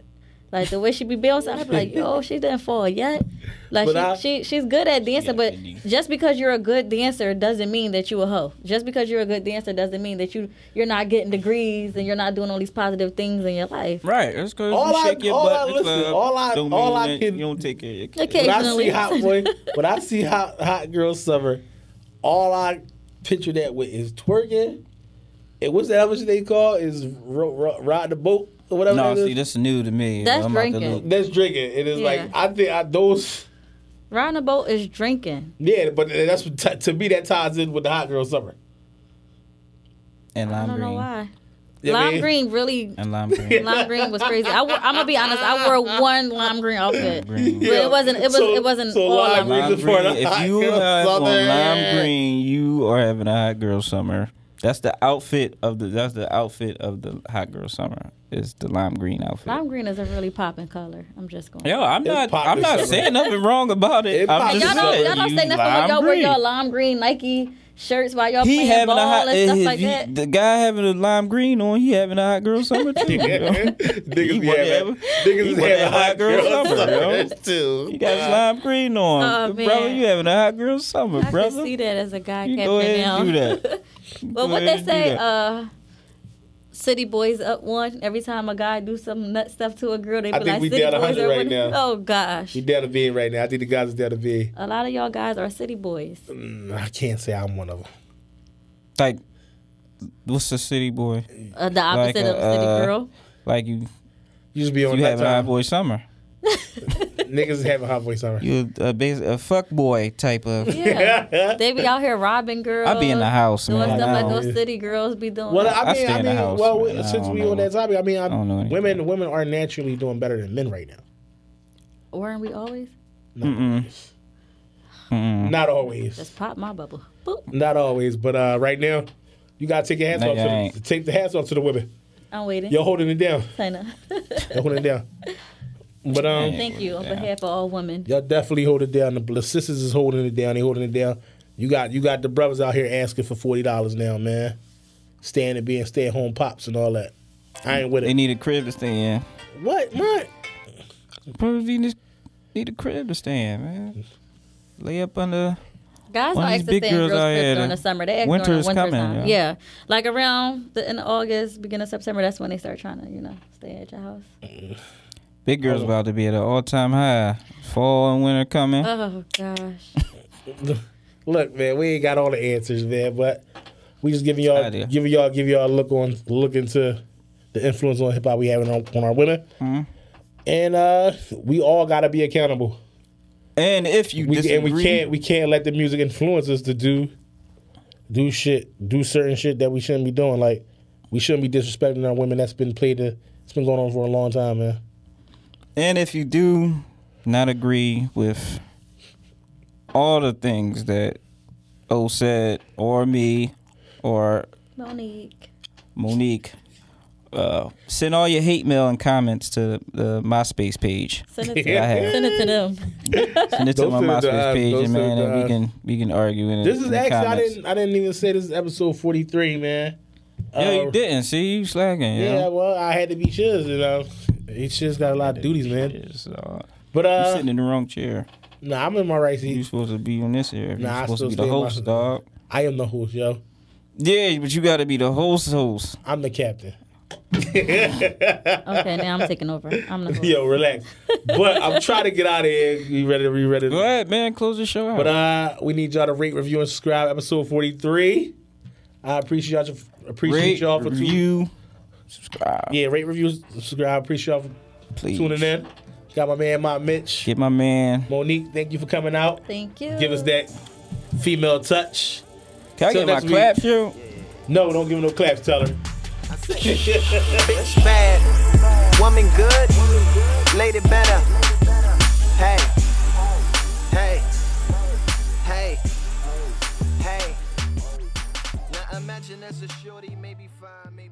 [SPEAKER 4] Like the way she be bouncing, I be like, yo, she didn't fall yet. Like
[SPEAKER 2] But
[SPEAKER 4] she,
[SPEAKER 2] I-
[SPEAKER 4] she she's good at dancing,
[SPEAKER 3] Yeah,
[SPEAKER 4] but
[SPEAKER 3] good knees.
[SPEAKER 4] just because you're a good dancer doesn't mean that you a hoe. Just because you're a good dancer doesn't mean that you you're not getting degrees and you're not doing all these positive things in your life.
[SPEAKER 3] right, that's because
[SPEAKER 2] All
[SPEAKER 3] you
[SPEAKER 2] I-
[SPEAKER 3] shake your
[SPEAKER 2] all
[SPEAKER 3] butt.
[SPEAKER 2] I
[SPEAKER 3] in the
[SPEAKER 2] listen,
[SPEAKER 3] club,
[SPEAKER 2] all I-
[SPEAKER 3] don't
[SPEAKER 2] all
[SPEAKER 3] mean
[SPEAKER 2] I
[SPEAKER 3] that
[SPEAKER 2] can-
[SPEAKER 3] you don't take care of your kids.
[SPEAKER 4] Okay.
[SPEAKER 2] when I see
[SPEAKER 4] Occasionally.
[SPEAKER 2] hot boy, when I see hot hot girl summer, all I picture that with is twerking. And what's the other shit they call is ro- ro- ride the boat or whatever.
[SPEAKER 3] No,
[SPEAKER 2] that is.
[SPEAKER 3] see, this is new to me.
[SPEAKER 4] That's
[SPEAKER 3] I'm about to
[SPEAKER 4] drinking.
[SPEAKER 3] look.
[SPEAKER 2] that's drinking. It is
[SPEAKER 4] Yeah.
[SPEAKER 2] like I think I, those.
[SPEAKER 4] Riding a boat is drinking.
[SPEAKER 2] Yeah, but that's what t- to me that ties in with the hot girl summer.
[SPEAKER 3] And
[SPEAKER 4] I
[SPEAKER 3] lime
[SPEAKER 4] don't know
[SPEAKER 3] green.
[SPEAKER 4] why.
[SPEAKER 2] Yeah,
[SPEAKER 4] lime
[SPEAKER 2] man.
[SPEAKER 4] green really.
[SPEAKER 3] and
[SPEAKER 4] *laughs*
[SPEAKER 3] lime green.
[SPEAKER 4] Lime green was crazy. I, am gonna be honest. I wore one lime green outfit,
[SPEAKER 3] Green.
[SPEAKER 4] but it wasn't. It was.
[SPEAKER 2] So-
[SPEAKER 4] it wasn't
[SPEAKER 2] so
[SPEAKER 4] all
[SPEAKER 2] lime
[SPEAKER 4] lime green.
[SPEAKER 2] green-
[SPEAKER 3] lime
[SPEAKER 2] Reason for
[SPEAKER 3] green.
[SPEAKER 2] the
[SPEAKER 3] If
[SPEAKER 2] hot *laughs*
[SPEAKER 3] you
[SPEAKER 2] girl
[SPEAKER 3] have on
[SPEAKER 2] summer.
[SPEAKER 3] lime green, you are having a hot girl summer. That's the outfit of the. That's the outfit of the hot girl summer. Is the lime green outfit.
[SPEAKER 4] Lime green is a really popping color. I'm just going.
[SPEAKER 3] Yo, I'm not.
[SPEAKER 2] pop
[SPEAKER 3] I'm
[SPEAKER 2] this
[SPEAKER 3] not
[SPEAKER 2] summer.
[SPEAKER 3] saying nothing wrong about it.
[SPEAKER 2] It pop
[SPEAKER 3] I'm
[SPEAKER 2] this
[SPEAKER 4] y'all
[SPEAKER 3] just
[SPEAKER 4] don't.
[SPEAKER 2] summer.
[SPEAKER 3] saying
[SPEAKER 4] Y'all don't
[SPEAKER 3] you
[SPEAKER 4] say nothing when
[SPEAKER 3] lime
[SPEAKER 4] y'all wear
[SPEAKER 3] green.
[SPEAKER 4] your lime green Nike shirts while y'all
[SPEAKER 3] He
[SPEAKER 4] playing
[SPEAKER 3] having
[SPEAKER 4] ball
[SPEAKER 3] a hot.
[SPEAKER 4] and stuff
[SPEAKER 3] if
[SPEAKER 4] like
[SPEAKER 3] he- *laughs*
[SPEAKER 4] that.
[SPEAKER 3] The guy having a lime green on, he having a hot girl summer
[SPEAKER 2] *laughs*
[SPEAKER 3] too. yo.
[SPEAKER 2] *laughs* Niggas be
[SPEAKER 3] wanna
[SPEAKER 2] having,
[SPEAKER 3] have
[SPEAKER 2] niggas
[SPEAKER 3] he
[SPEAKER 2] be
[SPEAKER 3] wanna
[SPEAKER 2] having
[SPEAKER 3] have
[SPEAKER 2] hot girl summer too.
[SPEAKER 3] He got his lime green on,
[SPEAKER 4] Oh,
[SPEAKER 3] brother.
[SPEAKER 4] man.
[SPEAKER 3] You having a hot girl summer,
[SPEAKER 4] I
[SPEAKER 3] brother?
[SPEAKER 4] can see that as a guy
[SPEAKER 3] You
[SPEAKER 4] captain
[SPEAKER 3] go ahead
[SPEAKER 4] now.
[SPEAKER 3] and do
[SPEAKER 4] *laughs*
[SPEAKER 3] that.
[SPEAKER 4] But
[SPEAKER 3] Go
[SPEAKER 4] what
[SPEAKER 3] ahead
[SPEAKER 4] they
[SPEAKER 3] and do
[SPEAKER 4] say,
[SPEAKER 3] that.
[SPEAKER 4] uh, city boys up one. Every time a guy do some nut stuff to a girl, they
[SPEAKER 2] I
[SPEAKER 4] be
[SPEAKER 2] think
[SPEAKER 4] like,
[SPEAKER 2] we
[SPEAKER 4] city
[SPEAKER 2] down a
[SPEAKER 4] boys
[SPEAKER 2] hundred
[SPEAKER 4] are
[SPEAKER 2] right
[SPEAKER 4] one.
[SPEAKER 2] now.
[SPEAKER 4] Oh gosh,
[SPEAKER 2] You down to be right now. I think the guys is down to be.
[SPEAKER 4] a lot of y'all guys are city boys.
[SPEAKER 2] I can't say I'm one of them.
[SPEAKER 3] like, what's the city boy?
[SPEAKER 4] Uh, the opposite
[SPEAKER 3] Like,
[SPEAKER 4] of a city
[SPEAKER 3] uh,
[SPEAKER 4] girl.
[SPEAKER 3] Like you,
[SPEAKER 2] You just be on
[SPEAKER 3] you
[SPEAKER 2] that
[SPEAKER 3] having a hot
[SPEAKER 2] time.
[SPEAKER 3] boy summer.
[SPEAKER 2] Niggas is having hot boy summer.
[SPEAKER 3] You a, bas- a fuck boy type of.
[SPEAKER 2] *laughs*
[SPEAKER 4] Yeah, they be out here robbing girls.
[SPEAKER 3] *laughs* I be in the house,
[SPEAKER 4] doing
[SPEAKER 3] man.
[SPEAKER 4] stuff
[SPEAKER 3] I
[SPEAKER 4] like
[SPEAKER 3] don't,
[SPEAKER 4] those city girls be doing.
[SPEAKER 2] Well, I
[SPEAKER 3] I
[SPEAKER 2] mean,
[SPEAKER 3] stay
[SPEAKER 2] I,
[SPEAKER 3] in the
[SPEAKER 2] mean,
[SPEAKER 3] house,
[SPEAKER 2] well,
[SPEAKER 3] man. I
[SPEAKER 2] since
[SPEAKER 3] don't
[SPEAKER 2] we
[SPEAKER 3] know.
[SPEAKER 2] on that topic, I mean, I,
[SPEAKER 3] don't know anything.
[SPEAKER 2] women women are naturally doing better than men right now.
[SPEAKER 4] weren't we always?
[SPEAKER 3] Mm-hmm.
[SPEAKER 2] Not always,
[SPEAKER 4] Just pop my bubble. Boop.
[SPEAKER 2] not always, but uh, right now, you gotta take your hats
[SPEAKER 3] No,
[SPEAKER 2] off.
[SPEAKER 3] you
[SPEAKER 2] To the,
[SPEAKER 3] ain't.
[SPEAKER 2] take the hats off to the women.
[SPEAKER 4] I'm waiting.
[SPEAKER 2] You're holding it down.
[SPEAKER 4] I *laughs* know.
[SPEAKER 2] You're holding it
[SPEAKER 3] *laughs*
[SPEAKER 2] down. But um,
[SPEAKER 4] Thank you on
[SPEAKER 3] Yeah.
[SPEAKER 4] behalf of all women.
[SPEAKER 2] Y'all definitely hold it down. The bl- sisters is holding it down. They holding it down. You got you got the brothers out here asking for forty dollars now, man. Staying and being stay at home pops and all that. I ain't with
[SPEAKER 3] they
[SPEAKER 2] it.
[SPEAKER 3] need a crib to stay in.
[SPEAKER 2] What? What?
[SPEAKER 3] Probably need- need a crib to stay in, man. Lay up under.
[SPEAKER 4] Guys
[SPEAKER 3] One
[SPEAKER 4] don't
[SPEAKER 3] of these
[SPEAKER 4] ask to
[SPEAKER 3] big
[SPEAKER 4] stay in
[SPEAKER 3] girls
[SPEAKER 4] girls'
[SPEAKER 3] out here,
[SPEAKER 4] cribs during
[SPEAKER 3] the
[SPEAKER 4] the summer. They act
[SPEAKER 3] winter
[SPEAKER 4] during
[SPEAKER 3] is
[SPEAKER 4] the winter
[SPEAKER 3] coming,
[SPEAKER 4] time.
[SPEAKER 3] yeah.
[SPEAKER 4] Yeah. Like around the end of August, beginning of September, that's when they start trying to, you know, stay at your house.
[SPEAKER 3] Big
[SPEAKER 2] Oh.
[SPEAKER 3] girl's about to be at an all time high. Fall and winter coming.
[SPEAKER 4] Oh gosh.
[SPEAKER 2] Look, man, we ain't got all the answers, man, but we just giving y'all
[SPEAKER 3] I do.
[SPEAKER 2] giving y'all giving y'all a look on look into the influence on hip hop we having on, on our women.
[SPEAKER 3] Mm-hmm.
[SPEAKER 2] And uh we all gotta be accountable.
[SPEAKER 3] and if you
[SPEAKER 2] We,
[SPEAKER 3] disagree,
[SPEAKER 2] and we can't we can't let the music influence us to do do shit do certain shit that we shouldn't be doing. Like we shouldn't be disrespecting our women. That's been played to it's been going on for a long time, man.
[SPEAKER 3] And if you do not agree with all the things that O said, or me, or
[SPEAKER 4] Monique.
[SPEAKER 3] Monique, uh, send all your hate mail and comments to the MySpace page.
[SPEAKER 4] Send
[SPEAKER 2] *laughs*
[SPEAKER 4] it to
[SPEAKER 3] Yeah, I have.
[SPEAKER 4] Send it to them.
[SPEAKER 3] Send it to
[SPEAKER 2] Don't
[SPEAKER 3] my
[SPEAKER 2] send it to
[SPEAKER 3] MySpace
[SPEAKER 2] us.
[SPEAKER 3] page,
[SPEAKER 2] Don't
[SPEAKER 3] and
[SPEAKER 2] send it
[SPEAKER 3] man,
[SPEAKER 2] to
[SPEAKER 3] and we
[SPEAKER 2] us.
[SPEAKER 3] can we can argue in it.
[SPEAKER 2] This is
[SPEAKER 3] in the
[SPEAKER 2] actually I
[SPEAKER 3] comments.
[SPEAKER 2] didn't I didn't even say this is episode forty three, man.
[SPEAKER 3] Yeah,
[SPEAKER 2] Uh,
[SPEAKER 3] you didn't. See, you slacking.
[SPEAKER 2] Yeah,
[SPEAKER 3] Yeah.
[SPEAKER 2] well, I had to be shiz, you know. Each shiz got a lot of duties, man.
[SPEAKER 3] Yes, uh,
[SPEAKER 2] But
[SPEAKER 3] you
[SPEAKER 2] uh,
[SPEAKER 3] sitting in the wrong chair.
[SPEAKER 2] nah, I'm in my right
[SPEAKER 3] You
[SPEAKER 2] seat.
[SPEAKER 3] supposed to be on this here.
[SPEAKER 2] Nah, I
[SPEAKER 3] You're supposed
[SPEAKER 2] still
[SPEAKER 3] to be the
[SPEAKER 2] stay in my-
[SPEAKER 3] host, dog.
[SPEAKER 2] I am the host, yo.
[SPEAKER 3] Yeah, but you got to be the host, host.
[SPEAKER 2] I'm the captain. *laughs*
[SPEAKER 4] Okay, now I'm taking over. I'm the
[SPEAKER 2] *laughs*
[SPEAKER 4] host.
[SPEAKER 2] Yo, relax. But I'm trying to get out of here. You ready to be ready?
[SPEAKER 3] Go
[SPEAKER 2] To...
[SPEAKER 3] ahead, man. Close the show out.
[SPEAKER 2] But uh, we need y'all to rate, review, and subscribe. Episode 43. I appreciate y'all. Appreciate
[SPEAKER 3] Rate,
[SPEAKER 2] y'all for tuning.
[SPEAKER 3] review, subscribe,
[SPEAKER 2] Yeah, rate, review, subscribe. Appreciate y'all for
[SPEAKER 3] please.
[SPEAKER 2] tuning in. Got my man, my Mitch,
[SPEAKER 3] Get my man.
[SPEAKER 2] Monique. Thank you for coming out.
[SPEAKER 4] Thank you.
[SPEAKER 2] Give us that female touch.
[SPEAKER 3] Can I
[SPEAKER 2] Till
[SPEAKER 3] get my
[SPEAKER 2] next week.
[SPEAKER 3] clap shoe?
[SPEAKER 2] No, don't give her no claps, Teller.
[SPEAKER 1] bitch bad, woman good, lady better. Hey, hey, hey, hey. Now imagine that's a shorty, maybe fine, maybe.